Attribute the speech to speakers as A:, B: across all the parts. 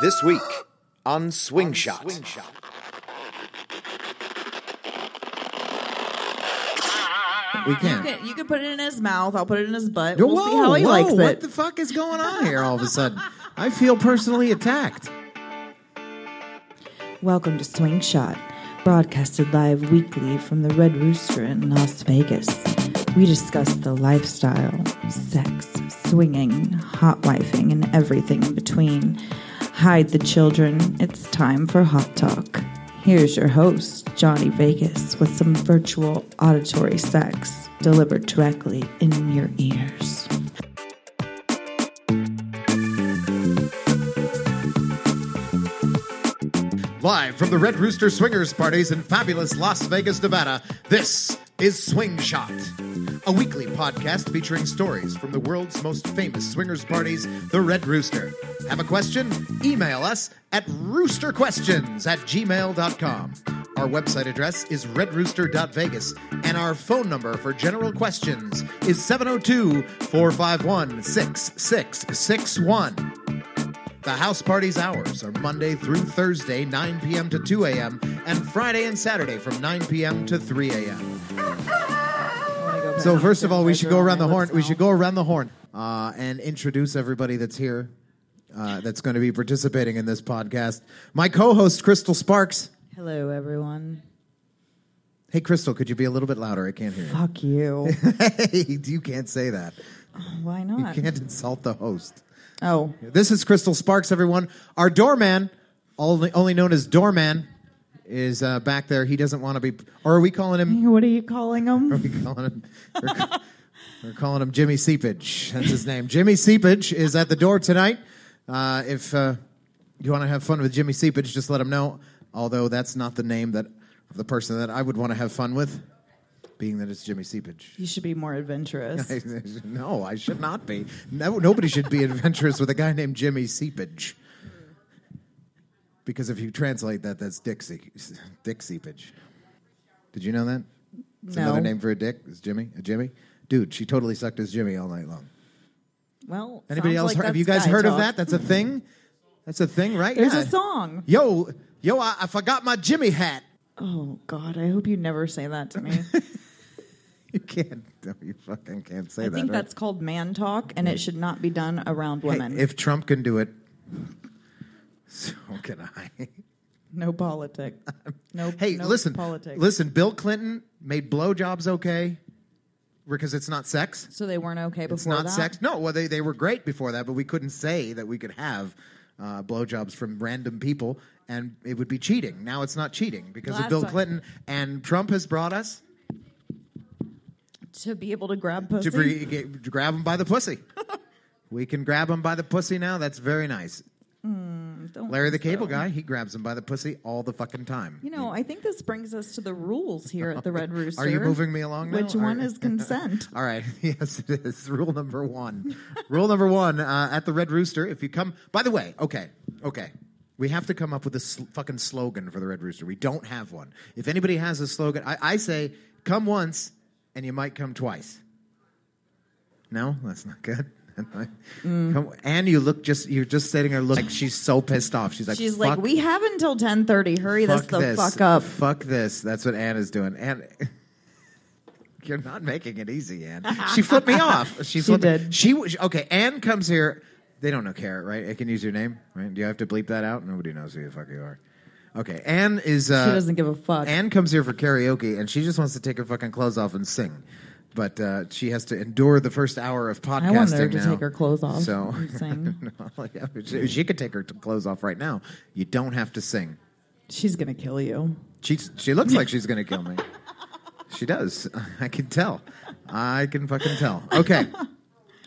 A: This week on Swing Shot.
B: We can't.
C: Okay, you can put it in his mouth. I'll put it in his butt.
B: Whoa,
C: We'll see how he
B: whoa,
C: likes
B: What
C: it.
B: the fuck is going on here all of a sudden? I feel personally attacked.
C: Welcome to Swing Shot, broadcasted live weekly from the Red Rooster in Las Vegas. We discuss the lifestyle, sex, swinging, hot wifing, and everything in between. Hide the children. It's time for Hot Talk. Here's your host, Johnny Vegas, with some virtual auditory sex delivered directly in your ears.
B: Live from the Red Rooster Swingers parties in fabulous Las Vegas, Nevada, this is Swing Shot, a weekly podcast featuring stories from the world's most famous swingers parties, the Red Rooster. Have a question? Email us at roosterquestions at gmail.com. Our website address is redrooster.vegas, and our phone number for general questions is 702 451 6661. The house party's hours are Monday through Thursday, 9 p.m. to 2 a.m., and Friday and Saturday from 9 p.m. to 3 a.m. So first of all, we should go around the horn. We should go around the horn uh, and introduce everybody that's here, uh, that's going to be participating in this podcast. My co-host, Crystal Sparks.
C: Hello, everyone.
B: Hey, Crystal, could you be a little bit louder? I can't hear you.
C: Fuck you.
B: hey, you can't say that.
C: Why
B: You
C: not?
B: can't insult the host.
C: Oh,
B: This is Crystal Sparks, everyone. Our doorman, only, only known as Doorman, is uh, back there. He doesn't want to be. Or are we calling him?
C: what are you calling
B: Are
C: them?
B: we calling him? We're, we're calling him Jimmy Seepage. That's his name. Jimmy Seepage is at the door tonight. Uh, if uh, you want to have fun with Jimmy Seepage, just let him know. Although that's not the name that of the person that I would want to have fun with, being that it's Jimmy Seepage.
C: You should be more adventurous.
B: no, I should not be. No, nobody should be adventurous with a guy named Jimmy Seepage. Because if you translate that, that's dick, se- dick seepage. Did you know that? It's
C: No.
B: another name for a dick. Is Jimmy a Jimmy? Dude, she totally sucked his Jimmy all night long.
C: Well,
B: Anybody
C: sounds
B: else?
C: like
B: heard, have
C: that's
B: you guys
C: guy
B: heard of
C: talk.
B: that? That's a thing. That's a thing, right?
C: There's
B: Yeah.
C: a song.
B: Yo, yo, I, I forgot my Jimmy hat.
C: Oh God, I hope you never say that to me.
B: You can't. No, you fucking can't say
C: I
B: that.
C: think
B: right?
C: that's called man talk, and it should not be done around
B: Hey,
C: women.
B: if Trump can do it, so can I.
C: no politics. No.
B: Um, Hey,
C: no
B: listen,
C: Politics.
B: listen. Bill Clinton made blowjobs okay because it's not sex.
C: So they weren't okay before
B: It's not
C: that?
B: sex. No, well, they, they were great before that, but we couldn't say that we could have uh, blowjobs from random people, and it would be cheating. Now it's not cheating because
C: Last
B: of Bill
C: time-
B: Clinton and Trump has brought us
C: To be able to grab pussy.
B: to, bre- get, to grab them by the pussy. we can grab them by the pussy now. That's very nice.
C: Hmm, Don't-
B: Larry the Cable Guy, he grabs them by the pussy all the fucking time.
C: You know, I think this brings us to the rules here at the Red Rooster.
B: Are you moving me along now?
C: Which
B: Are-
C: one is consent?
B: All right. Yes, it is. Rule number one. Rule number one uh, at the Red Rooster, if you come. By the way, okay, okay. We have to come up with a sl- fucking slogan for the Red Rooster. We don't have one. If anybody has a slogan, I, I say, come once and you might come twice. No, that's not good. Come- and you look just, you're just sitting there looking like she's so pissed off. She's like,
C: She's
B: "Fuck
C: like, we have until ten thirty. Hurry this
B: Fuck
C: the
B: this.
C: fuck up.
B: Fuck this. That's what Ann is doing. Ann, you're not making it easy, Ann. She flipped me off. She, flipped
C: did.
B: She was okay. Ann comes here. They don't know Carrot, right? I can use your name, right? Do you have to bleep that out? Nobody knows who the fuck you are. Okay, Ann is. Uh,
C: She doesn't give a fuck.
B: Ann comes here for karaoke, and she just wants to take her fucking clothes off and sing. But uh, she has to endure the first hour of podcasting.
C: I want her to
B: now.
C: take her clothes off.
B: So
C: and sing.
B: No, yeah, she- she could take her t- clothes off right now. You don't have to sing.
C: She's gonna kill you.
B: She she looks like she's gonna kill me. she does. I can tell. I can fucking tell. Okay.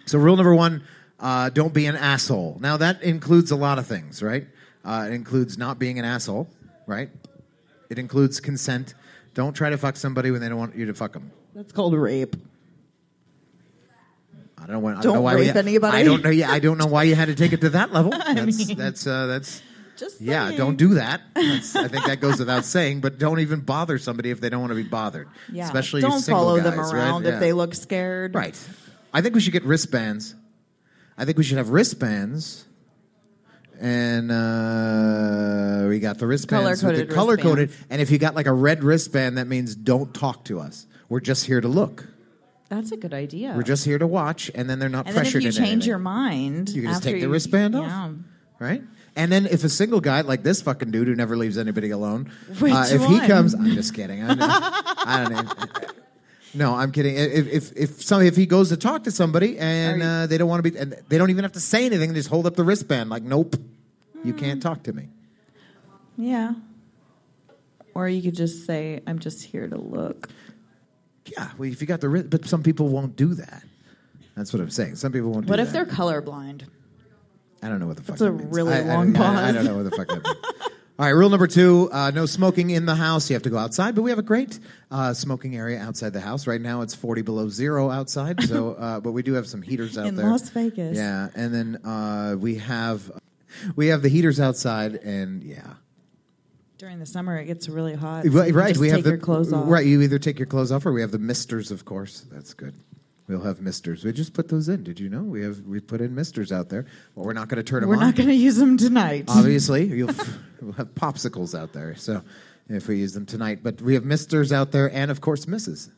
B: So rule number one: uh, don't be an asshole. Now that includes a lot of things, right? Uh, it includes not being an asshole, right? It includes consent. Don't try to fuck somebody when they don't want you to fuck them.
C: That's called rape.
B: I don't, want, I
C: Don't
B: know why we
C: rape
B: had-
C: anybody.
B: I don't know. Yeah, I don't know why you had to take it to that level. That's that's uh, that's
C: Just
B: Yeah,
C: saying.
B: don't do that. That's, I think that goes without saying. But don't even bother somebody if they don't want to be bothered.
C: Yeah.
B: especially you
C: don't
B: single
C: follow
B: guys,
C: them
B: right?
C: around
B: Yeah.
C: if they look scared.
B: Right. I think we should get wristbands. I think we should have wristbands, and uh, we got the wristbands.
C: Color-coded
B: color coded. And if you got like a red wristband, that means don't talk to us. We're just here to look.
C: That's a good idea.
B: We're just here to watch, and then they're not
C: and then if
B: pressured.
C: you
B: into
C: change
B: anything.
C: your mind,
B: You can just
C: after
B: take the
C: you-
B: wristband off.
C: Yeah.
B: right? And then if a single guy like this fucking dude who never leaves anybody alone,
C: Which
B: uh, if he
C: one?
B: comes, I'm just kidding. I, know, I don't know. No, I'm kidding. If if if, some, if he goes to talk to somebody and
C: Are you-
B: uh, they don't want to be, and they don't even have to say anything, they just hold up the wristband like, nope, you
C: Hmm.
B: can't talk to me.
C: Yeah. Or you could just say, "I'm just here to look."
B: Yeah, well, if you got the wrist, but some people won't do that. That's what I'm saying. Some people won't.
C: What
B: do that.
C: if they're colorblind?
B: I don't know what the fuck.
C: a
B: that means.
C: really
B: I, I
C: long
B: don't- I, I
C: pause.
B: don't know what the fuck that means. All right, rule number two: uh, no smoking in the house. You have to go outside, but we have a great uh, smoking area outside the house. Right now, it's forty below zero outside, so uh, but we do have some heaters out
C: In
B: there
D: Las Vegas.
B: Yeah, and then uh, we have we have the heaters outside, and yeah,
C: During the summer, it gets really hot. so
B: right.
C: you
B: right,
C: just
B: we have
C: take
B: the
C: your clothes off.
B: Right, you either take your clothes off, or we have the misters. Of course, that's good. We'll have misters. We just put those in. Did you know we have we put in misters out there? Well, we're not going to turn them
C: We're
B: on.
C: not going to use them tonight.
B: obviously you'll we'll have popsicles out there so if we use them tonight but we have misters out there and of course misses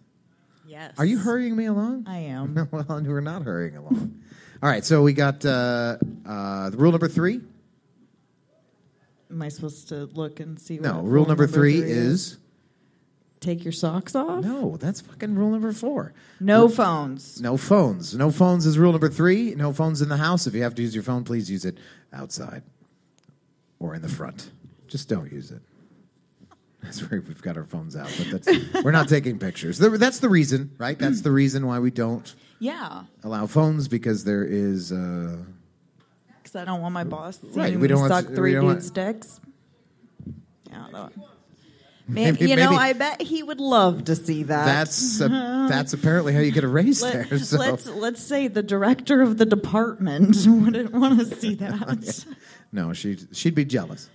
C: yes.
B: are you hurrying me along
C: I am.
B: well we're not hurrying along all right so we got uh, uh, rule number three
C: Am I supposed to look and see?
B: no
C: what
B: rule number three is
C: take your socks off.
B: no that's fucking rule number four
C: No phones.
B: no phones no phones is rule number three no phones in the house if you have to use your phone please use it outside or in the front just don't use it That's where we've got our phones out, but that's, we're not taking pictures. There- That's the reason, right? That's the reason why we don't
C: Yeah,
B: allow phones because there is uh,
C: because I don't want my boss seeing
B: Right, we
C: me
B: don't want
C: suck
B: to- we
C: three
B: don't want-
C: dudes' dicks. Yeah, that one. Man,
B: Maybe-
C: you know,
B: maybe-
C: I bet he would love to see that.
B: that's a, that's apparently how you get a raise
C: Let,
B: there. So
C: Let's let's say the director of the department wouldn't want to see that.
B: Oh, no, she she'd be jealous.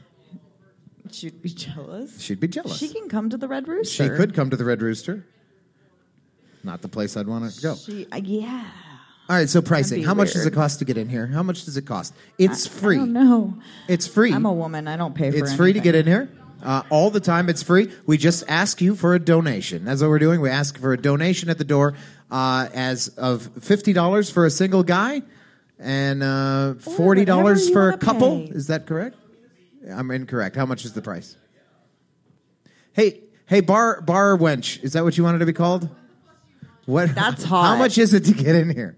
C: She'd be jealous.
B: She'd be jealous.
C: She can come to the Red Rooster.
B: She could come to the Red Rooster. Not the place I'd want to go.
C: She, uh, yeah.
B: All right, so pricing.
C: be
B: How much does it
C: weird.
B: cost to get in here? How much does it cost? It's free.
C: I don't know.
B: It's free.
C: I'm a woman. I don't pay for.
B: It's free to get
C: anything.
B: in here. Uh, all the time, it's free. We just ask you for a donation. That's what we're doing. We ask for a donation at the door, uh, as of fifty dollars for a single guy, and uh, forty dollars
C: whatever you
B: for a
C: wanna
B: couple.
C: pay.
B: Is that correct? I'm incorrect. How much is the price? Hey, hey, bar bar wench. Is that what you wanted to be called? What?
C: That's
B: How
C: hot.
B: much is it to get in here?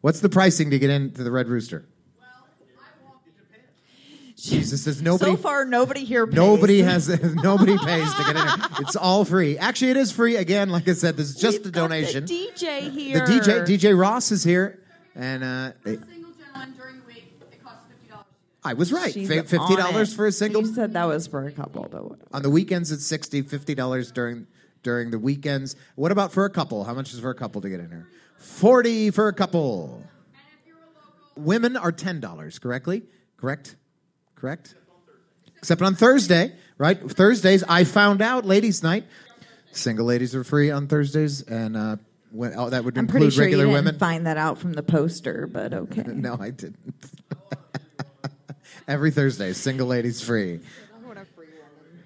B: What's the pricing to get into the Red Rooster? Jesus, there's nobody.
C: So far, nobody here. Pays.
B: Nobody has nobody pays to get in. here. It's all free. Actually, it is free again. Like I said, this is just
C: We've
B: a
C: got
B: donation.
C: The DJ
B: The
C: here.
B: DJ DJ Ross is here, and uh,
E: single gentleman during the week, it costs fifty dollars.
B: I was right.
C: She's
B: Fi-
C: on
B: Fifty dollars
C: it.
B: for a single.
C: You said that was for a couple, but whatever.
B: On the weekends, it's 60 50 dollars during during the weekends. What about for a couple? How much is for a couple to get in here? Forty for a couple. Women are ten dollars, correctly? Correct? Correct? Except on Thursday, right? Thursdays, I found out ladies' night. Single ladies are free on Thursdays, and uh, when, oh, that would
C: I'm
B: include
C: pretty sure you
B: regular
C: didn't
B: women.
C: find that out from the poster, but okay.
B: no, I didn't. Every Thursday, single ladies free.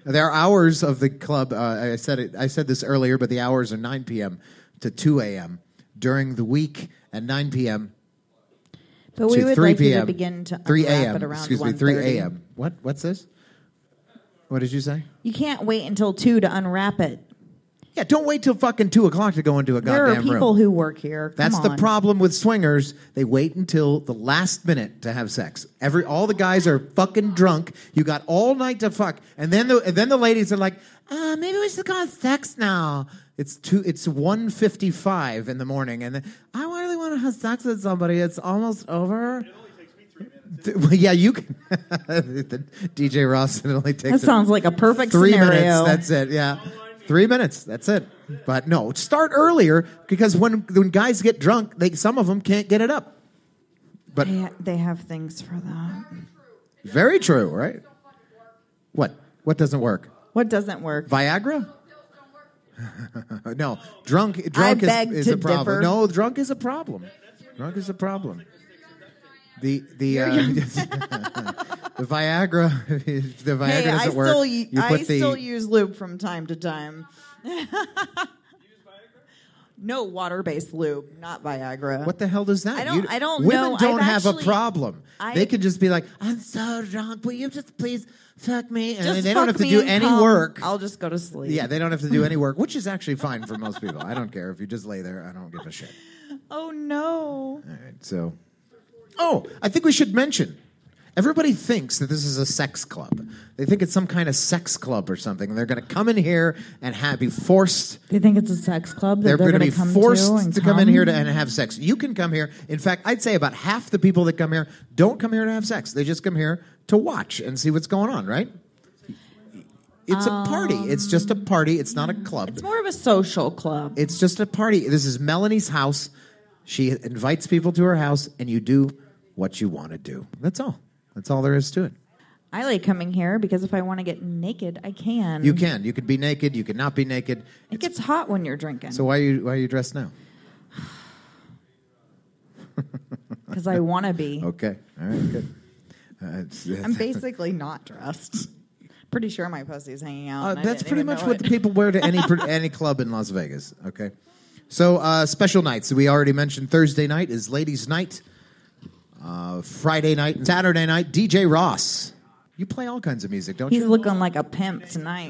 B: There are hours of the club. Uh, I said it. I said this earlier, but the hours are 9 p.m. to 2 a.m. during the week at 9 p.m.
C: But we
B: to
C: would
B: 3
C: like you
B: p.m.
C: to begin to
B: 3
C: unwrap
B: a.m.
C: it around
B: Excuse me, 3
C: 1:30.
B: a.m. What? What's this? What did you say?
C: You can't wait until two to unwrap it.
B: Yeah, don't wait till fucking two o'clock to go into a
C: There
B: goddamn
C: are people
B: room.
C: who work here. Come
B: That's the
C: on.
B: problem with swingers. They wait until the last minute to have sex. Every all the guys are fucking drunk. You got all night to fuck, and then the and then the ladies are like, uh, maybe we should go have sex now. It's two. It's one fifty five in the morning, and then, I really want to have sex with somebody. It's almost over. Th- Well, yeah, you can. The DJ Ross. It only takes
C: That
B: him
C: sounds like a perfect
B: three
C: scenario.
B: minutes. That's it. Yeah, three minutes. That's it. But no, start earlier because when when guys get drunk, they some of them can't get it up. But
C: they, ha- they have things for that.
B: very true, right? What what doesn't work?
C: What doesn't work?
B: Viagra? no, drunk drunk
C: beg
B: is, is
C: to
B: a problem.
C: differ.
B: No, drunk is a problem. Drunk is a problem. The the uh, The Viagra, if the Viagra
C: Hey, I
B: doesn't work.
C: still,
B: you put
C: u- I
B: the
C: still use lube from time to time. no water-based lube, not Viagra.
B: What the hell does that?
C: I don't- I don't
B: Women
C: know.
B: don't
C: I've
B: have a
C: actually-
B: problem.
C: I-
B: they can just be like, "I'm so drunk. Will you just please fuck me?" And
C: Just
B: they don't
C: fuck
B: have to
C: me
B: do
C: and
B: any
C: come.
B: work.
C: I'll just go to sleep.
B: yeah, they don't have to do any work, which is actually fine for most people. I don't care if you just lay there. I don't give a shit.
C: Oh no.
B: All right, so. Oh, I think we should mention. Everybody thinks that this is a sex club. They think it's some kind of sex club or something. They're going to come in here and have, be forced
D: They think it's a sex club
B: they're
D: that they're,
B: going to be
D: gonna come
B: forced
D: to,
B: to,
D: and
B: come in here to, and have sex. You can come here. In fact, I'd say about half the people that come here don't come here to have sex. They just come here to watch and see what's going on, right? It's a party. It's just a party. It's not a club.
C: It's more of a social club.
B: It's just a party. This is Melanie's house. She invites people to her house, and you do what you want to do. That's all. That's all there is to it.
D: I like coming here because if I want to get naked, I can.
B: You can. You could be naked. You could not be naked.
C: Mm-hmm. It gets hot when you're drinking
B: So why are you why are you dressed now?
C: because I want to be.
B: Okay. All right. Good. Uh, it's-
C: I'm basically not dressed. Pretty sure my pussy's hanging out.
B: Uh,
C: and I
B: that's
C: didn't
B: pretty
C: even
B: much
C: know
B: what
C: it.
B: the people wear to any pr- any club in Las Vegas. Okay, so uh, special nights we already mentioned. Thursday night is Ladies' Night. Uh, Friday night and Saturday night, DJ Ross. You play all kinds of music, don't
C: He's
B: you?
C: looking like a pimp tonight.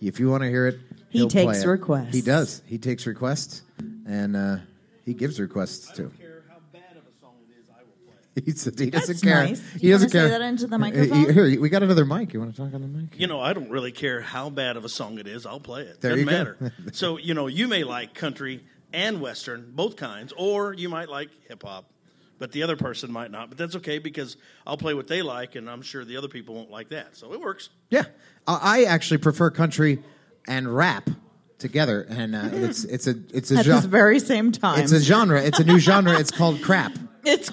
B: if you want to hear it,
D: He
B: he'll play
D: takes
B: it.
D: requests.
B: He does. He takes requests, and uh, he gives requests too.
F: care how bad of a song it is, I will play it.
B: He's, he doesn't
C: That's
B: care.
C: nice.
B: He
C: You wanna
B: doesn't
C: say
B: care.
C: that into the
B: Uh,
C: microphone?
B: Here, we got another mic. You want to talk on the mic?
F: You know, I don't really care how bad of a song it is, I'll play it.
B: There
F: Doesn't
B: you go.
F: matter. so, you know, you may like country and western, both kinds, or you might like hip hop, but the other person might not. But that's okay because I'll play what they like, and I'm sure the other people won't like that. So it works.
B: Yeah, I I actually prefer country and rap together, and uh, it's it's a it's a
C: At this
B: genre.
C: Mm. very same time.
B: It's a genre. It's a new genre. It's called crap.
C: It's-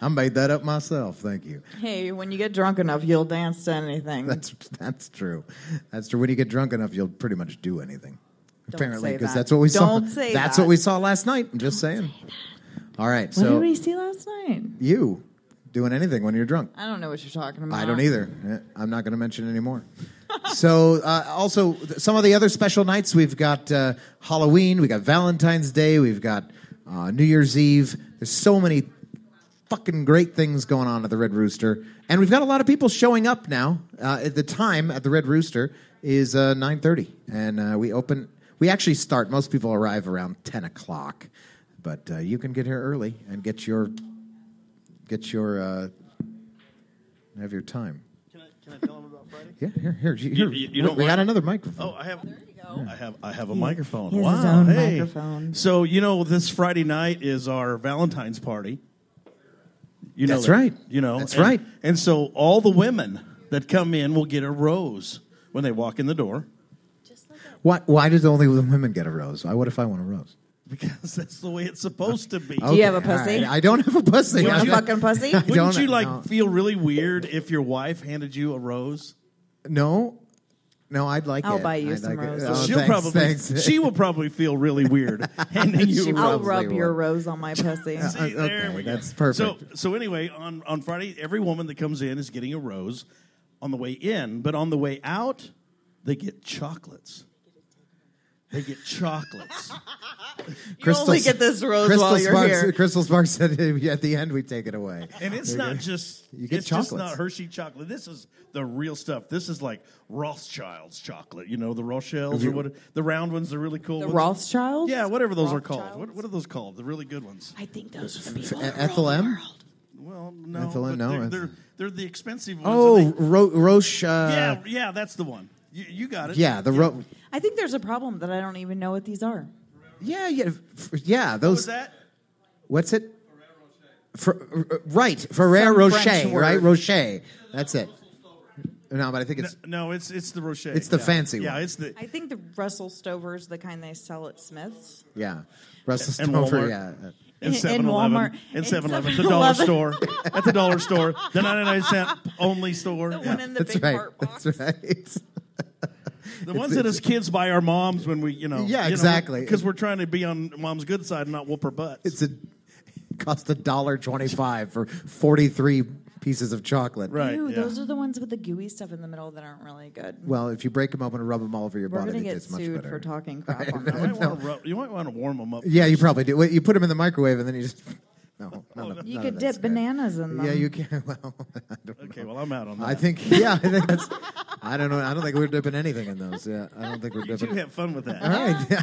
B: I made that up myself. Thank you.
C: hey, when you get drunk enough, you'll dance to anything.
B: That's that's true. That's true. When you get drunk enough, you'll pretty much do anything. apparently,
C: say
B: because
C: that.
B: that's what we saw.
C: Don't say
B: that's
C: that.
B: what we saw last night. I'm just saying. All right.
C: what
B: so
C: did we see last night?
B: you doing anything when you're drunk?
C: I don't know what you're talking about.
B: I don't either. Eh, I'm not going to mention any more. so, uh, also th- some of the other special nights we've got uh, Halloween, we got Valentine's Day, we've got uh, New Year's Eve. There's so many fucking great things going on at the Red Rooster, and we've got a lot of people showing up now. Uh, at the time at the Red Rooster is uh, 9:30, and uh, we open. We actually start. Most people arrive around 10 o'clock, but uh, you can get here early and get your get your uh, have your time.
F: Can I, can I tell them about Friday?
B: Yeah, here, here. here.
F: you- you don't
B: we got
F: want-
B: another microphone.
F: Oh, I have. There you go. I have. I have a microphone.
D: he has
F: wow.
D: his own
F: hey.
D: microphone.
F: So you know, this Friday night is our Valentine's party. You know
B: That's
F: that,
B: right.
F: You know
B: That's
F: and-
B: right.
F: And so all the women that come in will get a rose when they walk in the door
B: Why, why does only the women get a rose? Why, what if I want a rose?
F: because that's the way it's supposed to be.
C: Do you have a
B: Okay, all
C: pussy?
B: right. I don't have a pussy.
C: You want
B: I'm
C: a
B: not-
C: fucking pussy?
B: I
F: Wouldn't
B: don't-
F: you like
B: no.
F: feel really weird if your wife handed you a rose?
B: No, no, I'd like
C: I'll
B: it.
C: buy you
B: I'd
C: some
B: like it.
C: roses.
B: Oh,
F: She'll
B: thanks,
F: probably
B: thanks.
F: she will probably feel really weird handing you a
C: I'll
F: rose.
B: probably
C: rub your
B: would.
C: rose on my pussy.
B: Uh,
F: See, there
B: okay,
F: we go.
B: that's perfect.
F: So, so anyway, on, on Friday, every woman that comes in is getting a rose on the way in, but on the way out, they get chocolates. They get chocolates.
B: Crystal,
C: you only get this rose
B: Crystal
C: while you're
B: Sparks,
C: here.
B: Crystal Sparks said at the end we take it away.
F: And it's not just
B: You get
F: it's just
B: chocolates.
F: not Hershey chocolate. This is the real stuff. This is like Rothschild's chocolate. You know the Rochelle's or what? The round ones, the really cool
C: The
F: ones.
C: Rothschilds?
F: Yeah, whatever those are
C: Rothschilds?
F: called. What, what are those called? The really good ones.
C: I think those would be
B: F- Ethel M.
F: Well, no,
B: Ethel-
F: but
B: no,
F: they're,
B: it's-
F: they're they're the expensive ones. and
B: Oh,
F: they-
B: Ro- Roche. Uh,
F: yeah, yeah, that's the one. You, you got it.
B: yeah, the Ro-
C: I think there's a problem that I don't even know what these are.
B: yeah, yeah, f- yeah.
F: What
B: Those.
F: was that?
B: What's it? For, uh, right, Ferrer Rocher,
C: French word.
B: right? Rocher. That's it. No, but I think it's
F: No, it's it's the Rocher.
B: It's the
F: yeah.
B: fancy
F: yeah,
B: one.
F: it's the
C: I think the Russell Stover's the kind they sell at Smith's.
B: yeah. Russell
F: And
B: Stover,
F: Walmart.
B: yeah.
C: in
F: and Seven Eleven
C: Walmart. In
F: and Seven Eleven, the dollar
C: 7-Eleven.
F: store at the dollar store, the ninety nine cent only store.
C: The
F: Yeah.
C: one in the
B: That's
C: big
B: right.
C: heart box.
B: That's right.
F: The ones that as kids buy our moms when we, you know,
B: Yeah, exactly.
F: because we're trying to be on mom's good side and not whoop her butts.
B: It's a cost a dollar twenty-five for forty-three pieces of chocolate.
F: Right.
C: Ew,
F: yeah.
C: Those are the ones with the gooey stuff in the middle that aren't really good.
B: Well, if you break them open and rub them all over your
C: We're
B: body,
C: gonna
B: it
C: get
B: gets much
C: sued
B: better.
C: for talking crap on
F: you,
C: that.
F: might wanna rub- you might want to warm them up.
B: Yeah, you probably do. Wait, You put them in the microwave and then you just
F: Oh,
B: no. no, no
C: You
B: none
C: could
B: of that's
C: dip
B: good.
C: bananas in them.
B: Yeah, you can. Well, I don't
F: Okay,
B: know.
F: well, I'm out on that.
B: I think yeah. I think that's. I don't know. I don't think we're dipping anything in those. Yeah, I don't think we're
F: you
B: dipping.
F: have fun with that.
B: All right. Yeah.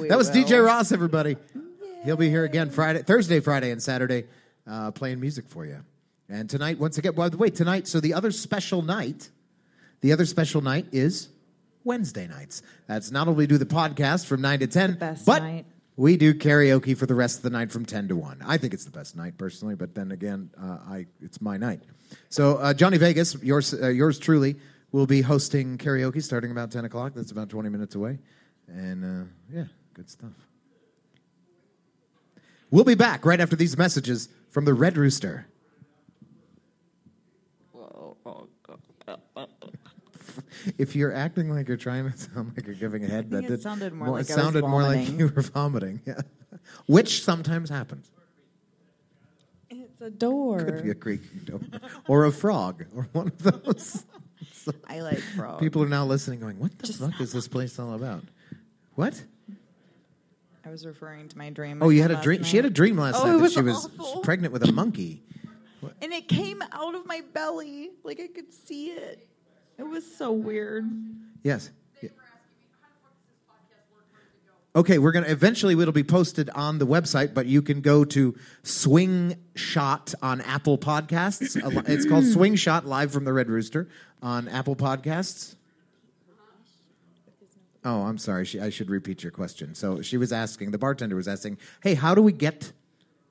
C: We
B: That was
C: will.
B: DJ Ross, everybody. He'll be here again Friday, Thursday, Friday, and Saturday, uh, playing music for you. And tonight, once again, by the way, tonight. So the other special night, the other special night is Wednesday nights. That's not only do the podcast from nine to ten,
C: best
B: but
C: night.
B: we do karaoke for the rest of the night from ten to one. I think it's the best night personally, but then again, uh, I it's my night. So uh, Johnny Vegas, yours, uh, yours truly, will be hosting karaoke starting about ten o'clock. That's about twenty minutes away, and uh, yeah, good stuff. We'll be back right after these messages from the Red Rooster. If you're acting like you're trying to sound like you're giving a head, that
C: it
B: did-
C: sounded more
B: it
C: like I was
B: sounded more like
C: vomiting.
B: you were vomiting, yeah. which sometimes happens.
C: It's a door.
B: Could be a creek or a frog or one of those.
C: I like frogs.
B: People are now listening, going, "What the fuck is this place all about?" What?
C: I was referring to my dream.
B: Oh,
C: I
B: you had a
C: last
B: dream. She had a
C: night.
B: dream last
C: Oh,
B: night
C: it
B: that
C: was
B: she was
C: awful.
B: pregnant with a monkey.
C: and it came out of my belly. Like I could see it. It was so weird.
B: Yes. Yeah.
E: They were asking me, how the fuck does this podcast work? Where does it go?
B: Okay, we're gonna eventually it'll be posted on the website, but you can go to Swing Shot on Apple Podcasts. it's called Swing Shot Live from the Red Rooster on Apple Podcasts. Oh, I'm sorry. She, I should repeat your question. So she was asking. The bartender was asking, "Hey, how do we get?"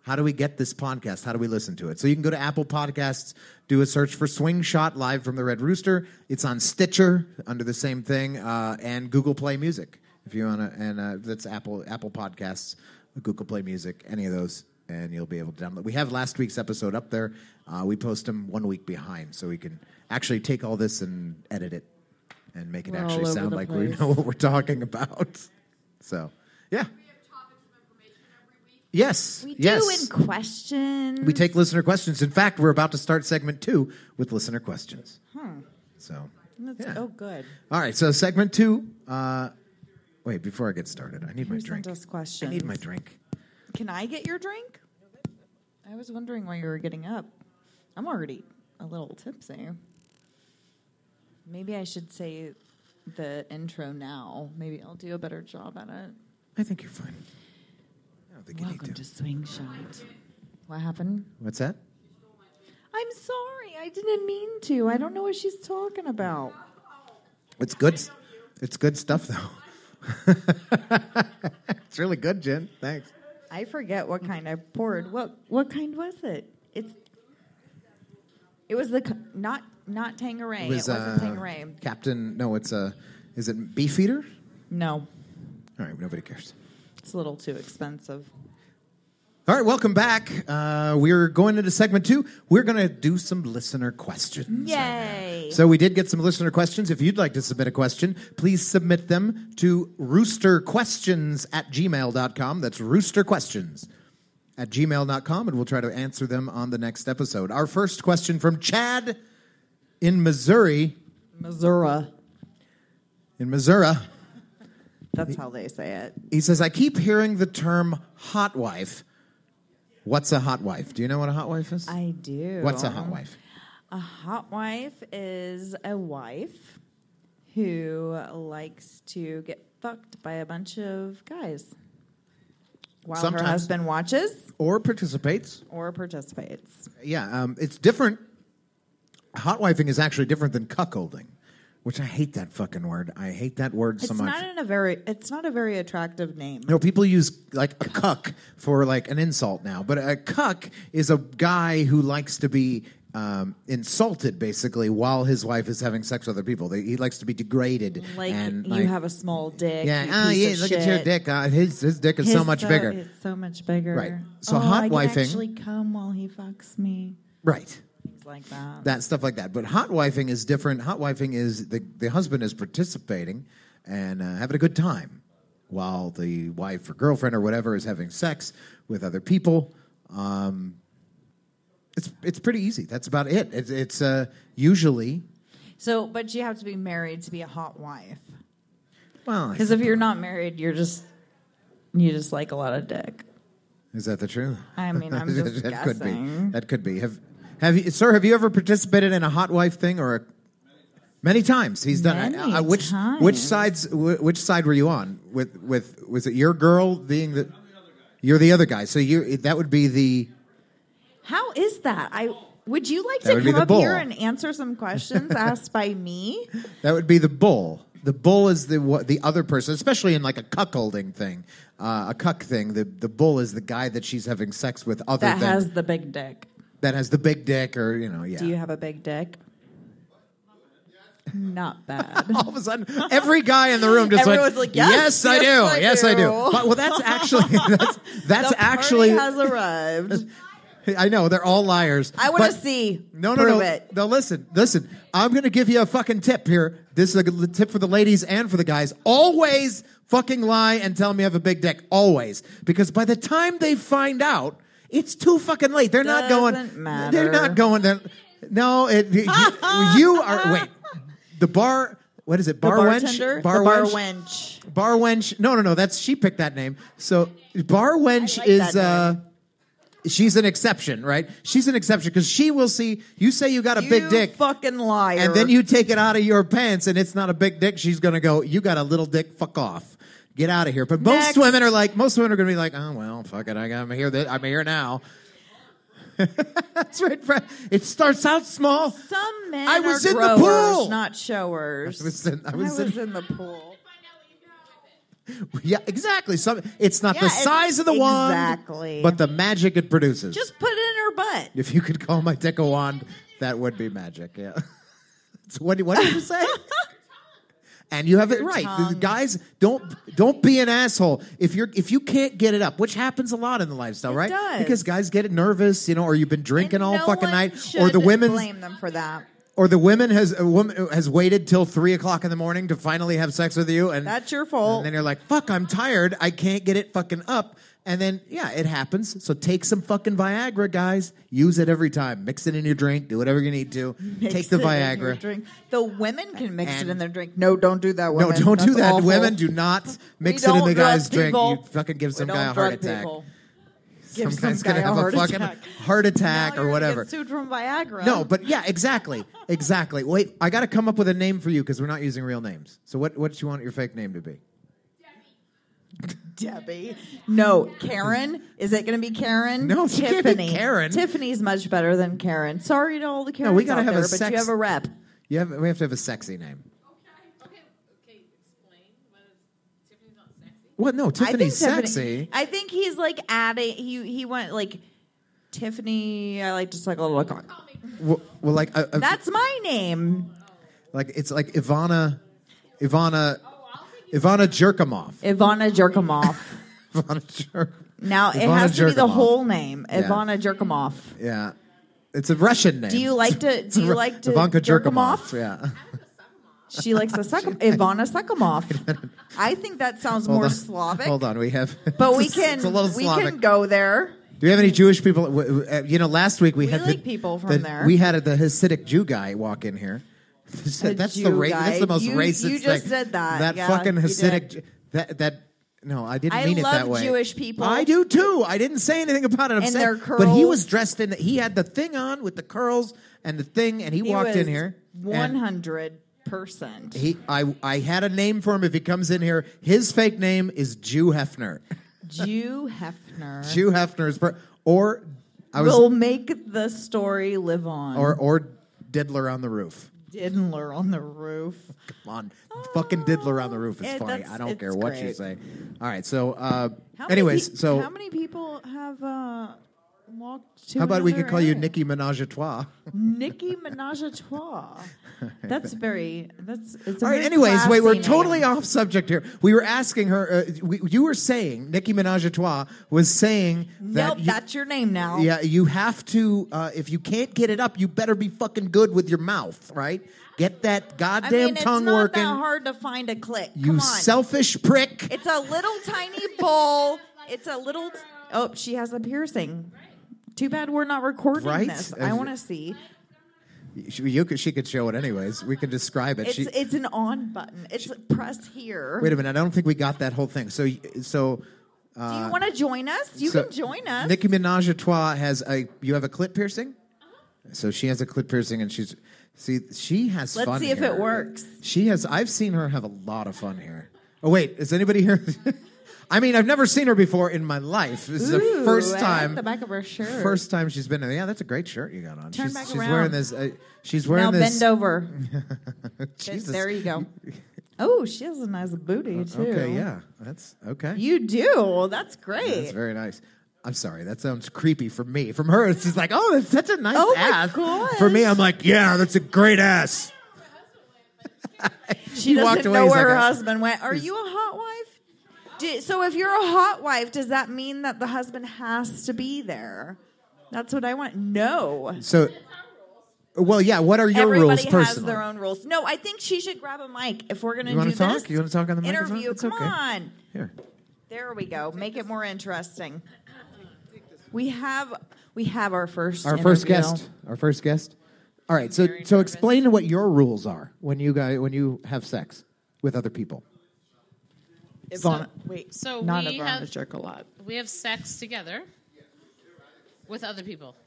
B: How do we get this podcast? How do we listen to it? So you can go to Apple Podcasts, do a search for Swing Shot Live from the Red Rooster. It's on Stitcher under the same thing, uh, and Google Play Music if you want to. And uh, that's Apple Apple Podcasts, Google Play Music, any of those, and you'll be able to download. We have last week's episode up there. Uh, we post them one week behind, so we can actually take all this and edit it and make it
C: We're
B: actually
C: all over
B: sound
C: the
B: like we
C: place.
B: know what we're talking about. So yeah,
E: We have topics of information every week.
B: yes,
C: We
B: yes.
C: do in questions.
B: We take listener questions. In fact, we're about to start segment two with listener questions. So,
C: That's-
B: yeah.
C: Oh, good.
B: all right. So, segment two. Uh, wait, before I get started, I need my
C: Who
B: drink.
C: sent us
B: I
C: questions?
B: need my drink.
C: Can I get your drink? I was wondering why you were getting up. I'm already a little tipsy. Maybe I should say the intro now. Maybe I'll do a better job at it.
B: I think you're fine. I don't think you
C: Welcome
B: need
C: to
B: to.
C: Swing Shot. What happened?
B: What's that?
C: I'm sorry. I didn't mean to. I don't know what she's talking about.
B: It's good. s- It's good stuff, though. it's really good, Jen. Thanks.
C: I forget what kind I poured. What what kind was it? It's it was the c- not not Tangeray. It, was, not
B: uh,
C: Tangeray.
B: Captain. No, it's a. Is it Beefeater?
C: No,
B: All right. Nobody cares.
C: it's a little too expensive.
B: All right, welcome back. Uh, we're going into segment two. We're going to do some listener questions.
C: Yay!
B: So, we did get some listener questions. If you'd like to submit a question, please submit them to roosterquestions at gmail.com. That's roosterquestions at gmail.com, and we'll try to answer them on the next episode. Our first question from Chad in Missouri.
C: Missouri.
B: In Missouri,
C: That's how they say it.
B: he says, I keep hearing the term hot wife. What's a hot wife? Do you know what a hot wife is?
C: I do.
B: What's a hot wife?
C: A hot wife is a wife who likes to get fucked by a bunch of guys while
B: Sometimes.
C: her husband watches
B: or participates.
C: or participates.
B: Yeah, um, it's different. Hot wifing is actually different than cuckolding, which I hate that fucking word. I hate that word so
C: it's
B: much.
C: not in a very. It's not a very attractive name.
B: no, people use like a cuck for like an insult now, but a cuck is a guy who likes to be um, insulted basically while his wife is having sex with other people. They, he likes to be degraded.
C: Like,
B: and,
C: you
B: like,
C: have a small dick. you
B: yeah, oh
C: piece
B: yeah,
C: of
B: look at your
C: shit.
B: dick. Uh, his his dick is so
C: His
B: much bigger.
C: It's so much bigger.
B: Right. So
C: oh,
B: hot
C: I
B: wifing-
C: Can actually come while he fucks me.
B: right.
C: Things like that.
B: that stuff like that. But hot wifing is different. Hot wifing is the the husband is participating and uh, having a good time while the wife or girlfriend or whatever is having sex with other people. Um, it's it's pretty easy. That's about it. It's, it's uh, usually
C: So, but you have to be married to be a hot wife.
B: well.
C: Because if you're not married, you're just you just like a lot of dick.
B: Is that the truth?
C: I mean, I'm just
B: that could be.
C: guessing.
B: That could be. Have have you, sir? Have you ever participated in a hot wife thing or a? Many times he's done. it.
C: Many
B: Uh, which
C: times.
B: which sides? wh- Which side were you on? With with was it your girl being the? You're the other guy. So you that would be the.
C: How is that? I would you like
B: That
C: to
B: would be
C: come
B: the
C: up here
B: bull.
C: and answer some questions asked by me?
B: That would be the bull. The bull is the wha- the other person, especially in like a cuckolding thing, uh, a cuck thing. The the bull is the guy that she's having sex with, other
C: That
B: than
C: has the big dick.
B: that has the big dick, or you know, yeah.
C: Do you have a big dick? Not bad.
B: all of a sudden, every guy in the room just
C: Everyone's
B: like,
C: like, "Yes,
B: I
C: yes,
B: do,
C: I
B: yes, I do."
C: do."
B: But- well, that's actually that's that's
C: The party
B: actually.
C: has arrived.
B: I know they're all liars.
C: I want to
B: but-
C: see.
B: No, no,
C: Prove
B: no,
C: It.
B: no. Listen, listen. I'm gonna give you a fucking tip here. This is a good tip for the ladies and for the guys. Always fucking lie and tell me you have a big dick. Always, because by the time they find out, it's too fucking late. They're not
C: Doesn't
B: going.
C: matter.
B: They're not going. There. No, it, you, you are. Wait, the bar. What is it?
C: The
B: Bar
C: bartender,
B: wench. Bar
C: the bar
B: wench?
C: wench.
B: Bar wench. No, no, no. That's she picked that name. So bar wench
C: I like
B: is
C: that
B: uh she's an exception, right? She's an exception because she will see you say you got a big
C: You
B: dick
C: fucking liar.
B: and then you take it out of your pants and it's not a big dick, she's gonna go, You got a little dick, fuck off. Get out of here. But most
C: Next.
B: women are like most women are gonna be like, Oh well, fuck it, I am here that I'm here now. That's right, Brad. It starts out small.
C: Some men
B: I was
C: are
B: in the
C: growers,
B: pool.
C: not showers.
B: I was in- I was in-
C: the pool.
B: Yeah, exactly. Some it's not
C: Yeah,
B: the
C: it's-
B: size of the wand,
C: exactly.
B: but the magic it produces.
C: Just put it in her butt.
B: If you could call my dick a wand, that would be magic. Yeah. so what, what did you say? and you have it right. The- the
C: tongue.
B: Guys, don't don't be an asshole. If you're if you can't get it up, which happens a lot in the lifestyle, right?
C: does.
B: Because guys get nervous, you know, or you've been drinking
C: And
B: all
C: no
B: fucking
C: one
B: night, or the
C: should
B: women's
C: blame them for that.
B: or the women has a woman has waited till three o'clock in the morning to finally have sex with you, and
C: That's your fault.
B: And then you're like, "Fuck, I'm tired. I can't get it fucking up." And then yeah, it happens. So take some fucking Viagra, guys. Use it every time. Mix it in your drink. Do whatever you need to.
C: Mix
B: take the
C: it in your
B: Viagra.
C: drink. The women can mix
B: And-
C: it in their drink. No, don't do that.
B: No,
C: Women.
B: don't do
C: That's
B: that.
C: awful.
B: Women, do not
C: We
B: mix it in
C: don't
B: the guy's
C: drug
B: drink.
C: people.
B: You fucking give
C: We
B: some
C: don't
B: guy a heart
C: drug
B: attack.
C: people. Give
B: some guy's
C: guy
B: gonna have a
C: heart
B: fucking
C: attack.
B: heart
C: Now
B: attack
C: you're
B: or
C: gonna
B: whatever.
C: Get sued from Viagra.
B: No, but yeah, exactly, exactly. Wait, I got to come up with a name for you because we're not using real names. So what? What do you want your fake name to be?
C: Debbie. No, Karen. Is it going to be Karen?
B: No, she
C: Tiffany.
B: can't be Karen.
C: Tiffany's much better than Karen. Sorry to all the Karens
B: we gotta
C: out
B: have a
C: there, but
B: sex-
C: you have a rep.
B: You have, we have to have a sexy name.
E: Okay, okay, okay, explain. What is, Tiffany's not sexy?
B: What? No, Tiffany's
C: I think
B: sexy.
C: Tiffany, I think he's like adding. He he went like Tiffany. I like to suck a little cock.
B: Well, well, like a, a-
C: That's my name,
B: like it's like Ivana, Ivana, Ivana Jerkamoff.
C: Ivana Jerkamoff.
B: Ivana Jerk.
C: Now it
B: Ivana
C: has to be the
B: Jerkamoff.
C: whole name, Ivana Jerkamoff.
B: Yeah, it's a Russian name.
C: Do you like to? Do you like to?
B: Ivanka
C: jerk 'em
B: Jerkamoff? Yeah.
C: She likes to suck 'em- Ivana Suckamoff. I think that sounds more
B: Hold on.
C: Slavic.
B: Hold on, we have.
C: But we
B: it's-
C: can
B: It's a little
C: we
B: Slavic.
C: can go there.
B: Do we have any Jewish people? w- w- uh, You know, last week we,
C: We
B: had the,
C: like people from
B: the-
C: there.
B: We had the Hasidic Jew guy walk in here. That's
C: A
B: the
C: Jew
B: ra-
C: guy.
B: That's the most
C: You-
B: racist
C: you just
B: thing.
C: did that.
B: That
C: Yeah,
B: fucking
C: you
B: Hasidic.
C: did.
B: Ju- That that. No, I didn't
C: I
B: mean it
C: love
B: that way.
C: Jewish people.
B: I do too. I didn't say anything about it. I'm
C: And
B: saying,
C: their
B: but he
C: curls.
B: was dressed in. He had the thing on with the curls and the thing, and he, walked in here. and
C: One hundred percent.
B: He, I, I had a name for him. If he comes in here, his fake name is Jew Hefner.
C: Jew Hefner
B: Jew Hefner is, per- or I was,
C: will make the story live on.
B: or or Diddler on the roof.
C: Diddler on the roof.
B: Come on, fucking diddler on the roof is
C: Eh,
B: funny.
C: that's-
B: I don't
C: it's
B: care what you
C: great.
B: say. All right, so uh,
C: How many
B: anyways,
C: pe-
B: so
C: how many people have uh, walked to?
B: how about we
C: another
B: could call you
C: area?
B: Nicki Minaj a Trois?
C: Nicki Minaj a trois. That's very. That's. It's a
B: All right,
C: very
B: anyways, wait, we're
C: classy
B: totally
C: name.
B: off subject here. We were asking her. Uh, we, you were saying Nicki Minaj a Trois was saying that.
C: Nope,
B: you-
C: that's your name now.
B: yeah, you have to. Uh, if you can't get it up, you better be fucking good with your mouth, right? Get that
C: I
B: goddamn
C: mean, it's
B: tongue
C: not
B: working.
C: that hard to find a click.
B: You
C: Come on.
B: selfish prick.
C: It's a little tiny bowl. It's a little. Oh, she has a piercing. Too bad we're not recording
B: Right?
C: this. I want to see.
B: She, you could, she could show it anyways. We can describe it.
C: It's
B: She,
C: it's an on button. It's press here.
B: wait a minute. I don't think we got that whole thing. So, y- so
C: Do
B: uh,
C: you want to join us? You can join us.
B: Nicki Minaj a trois has a. You have a clit piercing. So she has a clit piercing, and she's see she has
C: Let's
B: fun.
C: see if it
B: here.
C: works.
B: She has. I've seen her have a lot of fun here. Oh wait, is anybody here? I mean, I've never seen her before in my life. This is the
C: Ooh, I
B: first
C: like
B: time.
C: the back of her shirt.
B: First time she's been in. Yeah, that's a great shirt you got on.
C: Turn
B: she's
C: back
B: she's
C: around.
B: wearing this. Uh, she's wearing
C: now
B: this.
C: bend over. Th-
B: Jesus. Uh,
C: there you go. Oh, she has a nice booty too.
B: Okay, yeah, that's okay.
C: You do.
B: That's
C: That's great.
B: very nice. I'm sorry, that sounds creepy for me. From her, it's just like, oh, that's such a nice
C: Oh my
B: ass.
C: gosh.
B: For me, I'm like, yeah, that's a great ass.
C: she
B: walked
C: doesn't
B: away,
C: know
B: he's like
C: where
B: "Uh,
C: her
B: a-
C: husband went. Are you a hot wife? Do, so if you're a hot wife, does that mean that the husband has to be there? That's what I want. No.
B: So, well, yeah. What are your rules
C: Everybody has
B: personally?
C: their own rules. No, I think she should grab a mic if we're going to
B: You
C: do
B: wanna
C: this.
B: talk? You wanna talk on the microphone?
C: interview?
B: It's
C: Come
B: okay.
C: on.
B: Here,
C: There we go. Make it more interesting. We have we have our first
B: our first
C: interview.
B: guest. Our first guest. All right. So, so explain what your rules are when you guys when you have sex with other people.
C: It's
E: So-
C: not- wait,
E: so
C: not
E: we
C: a
E: have-
C: Verona jerk a lot.
E: We have sex together with other people,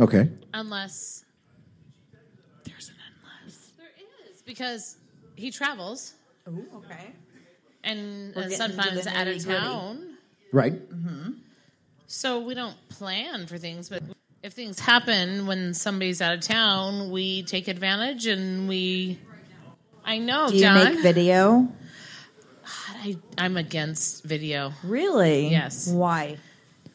B: Okay.
E: unless
C: There's an endless.
E: there is because he travels
C: Oh, okay.
E: and
C: We're
E: uh,
C: getting into
E: sometimes
C: the
E: out of
C: nitty-gritty.
E: town.
B: Right.
E: So we don't plan for things, but if things happen when somebody's out of town, we take advantage and we. I know,
C: Do you
E: John.
C: make video?
E: I, I'm against video
C: Really?
E: Yes.
C: Why?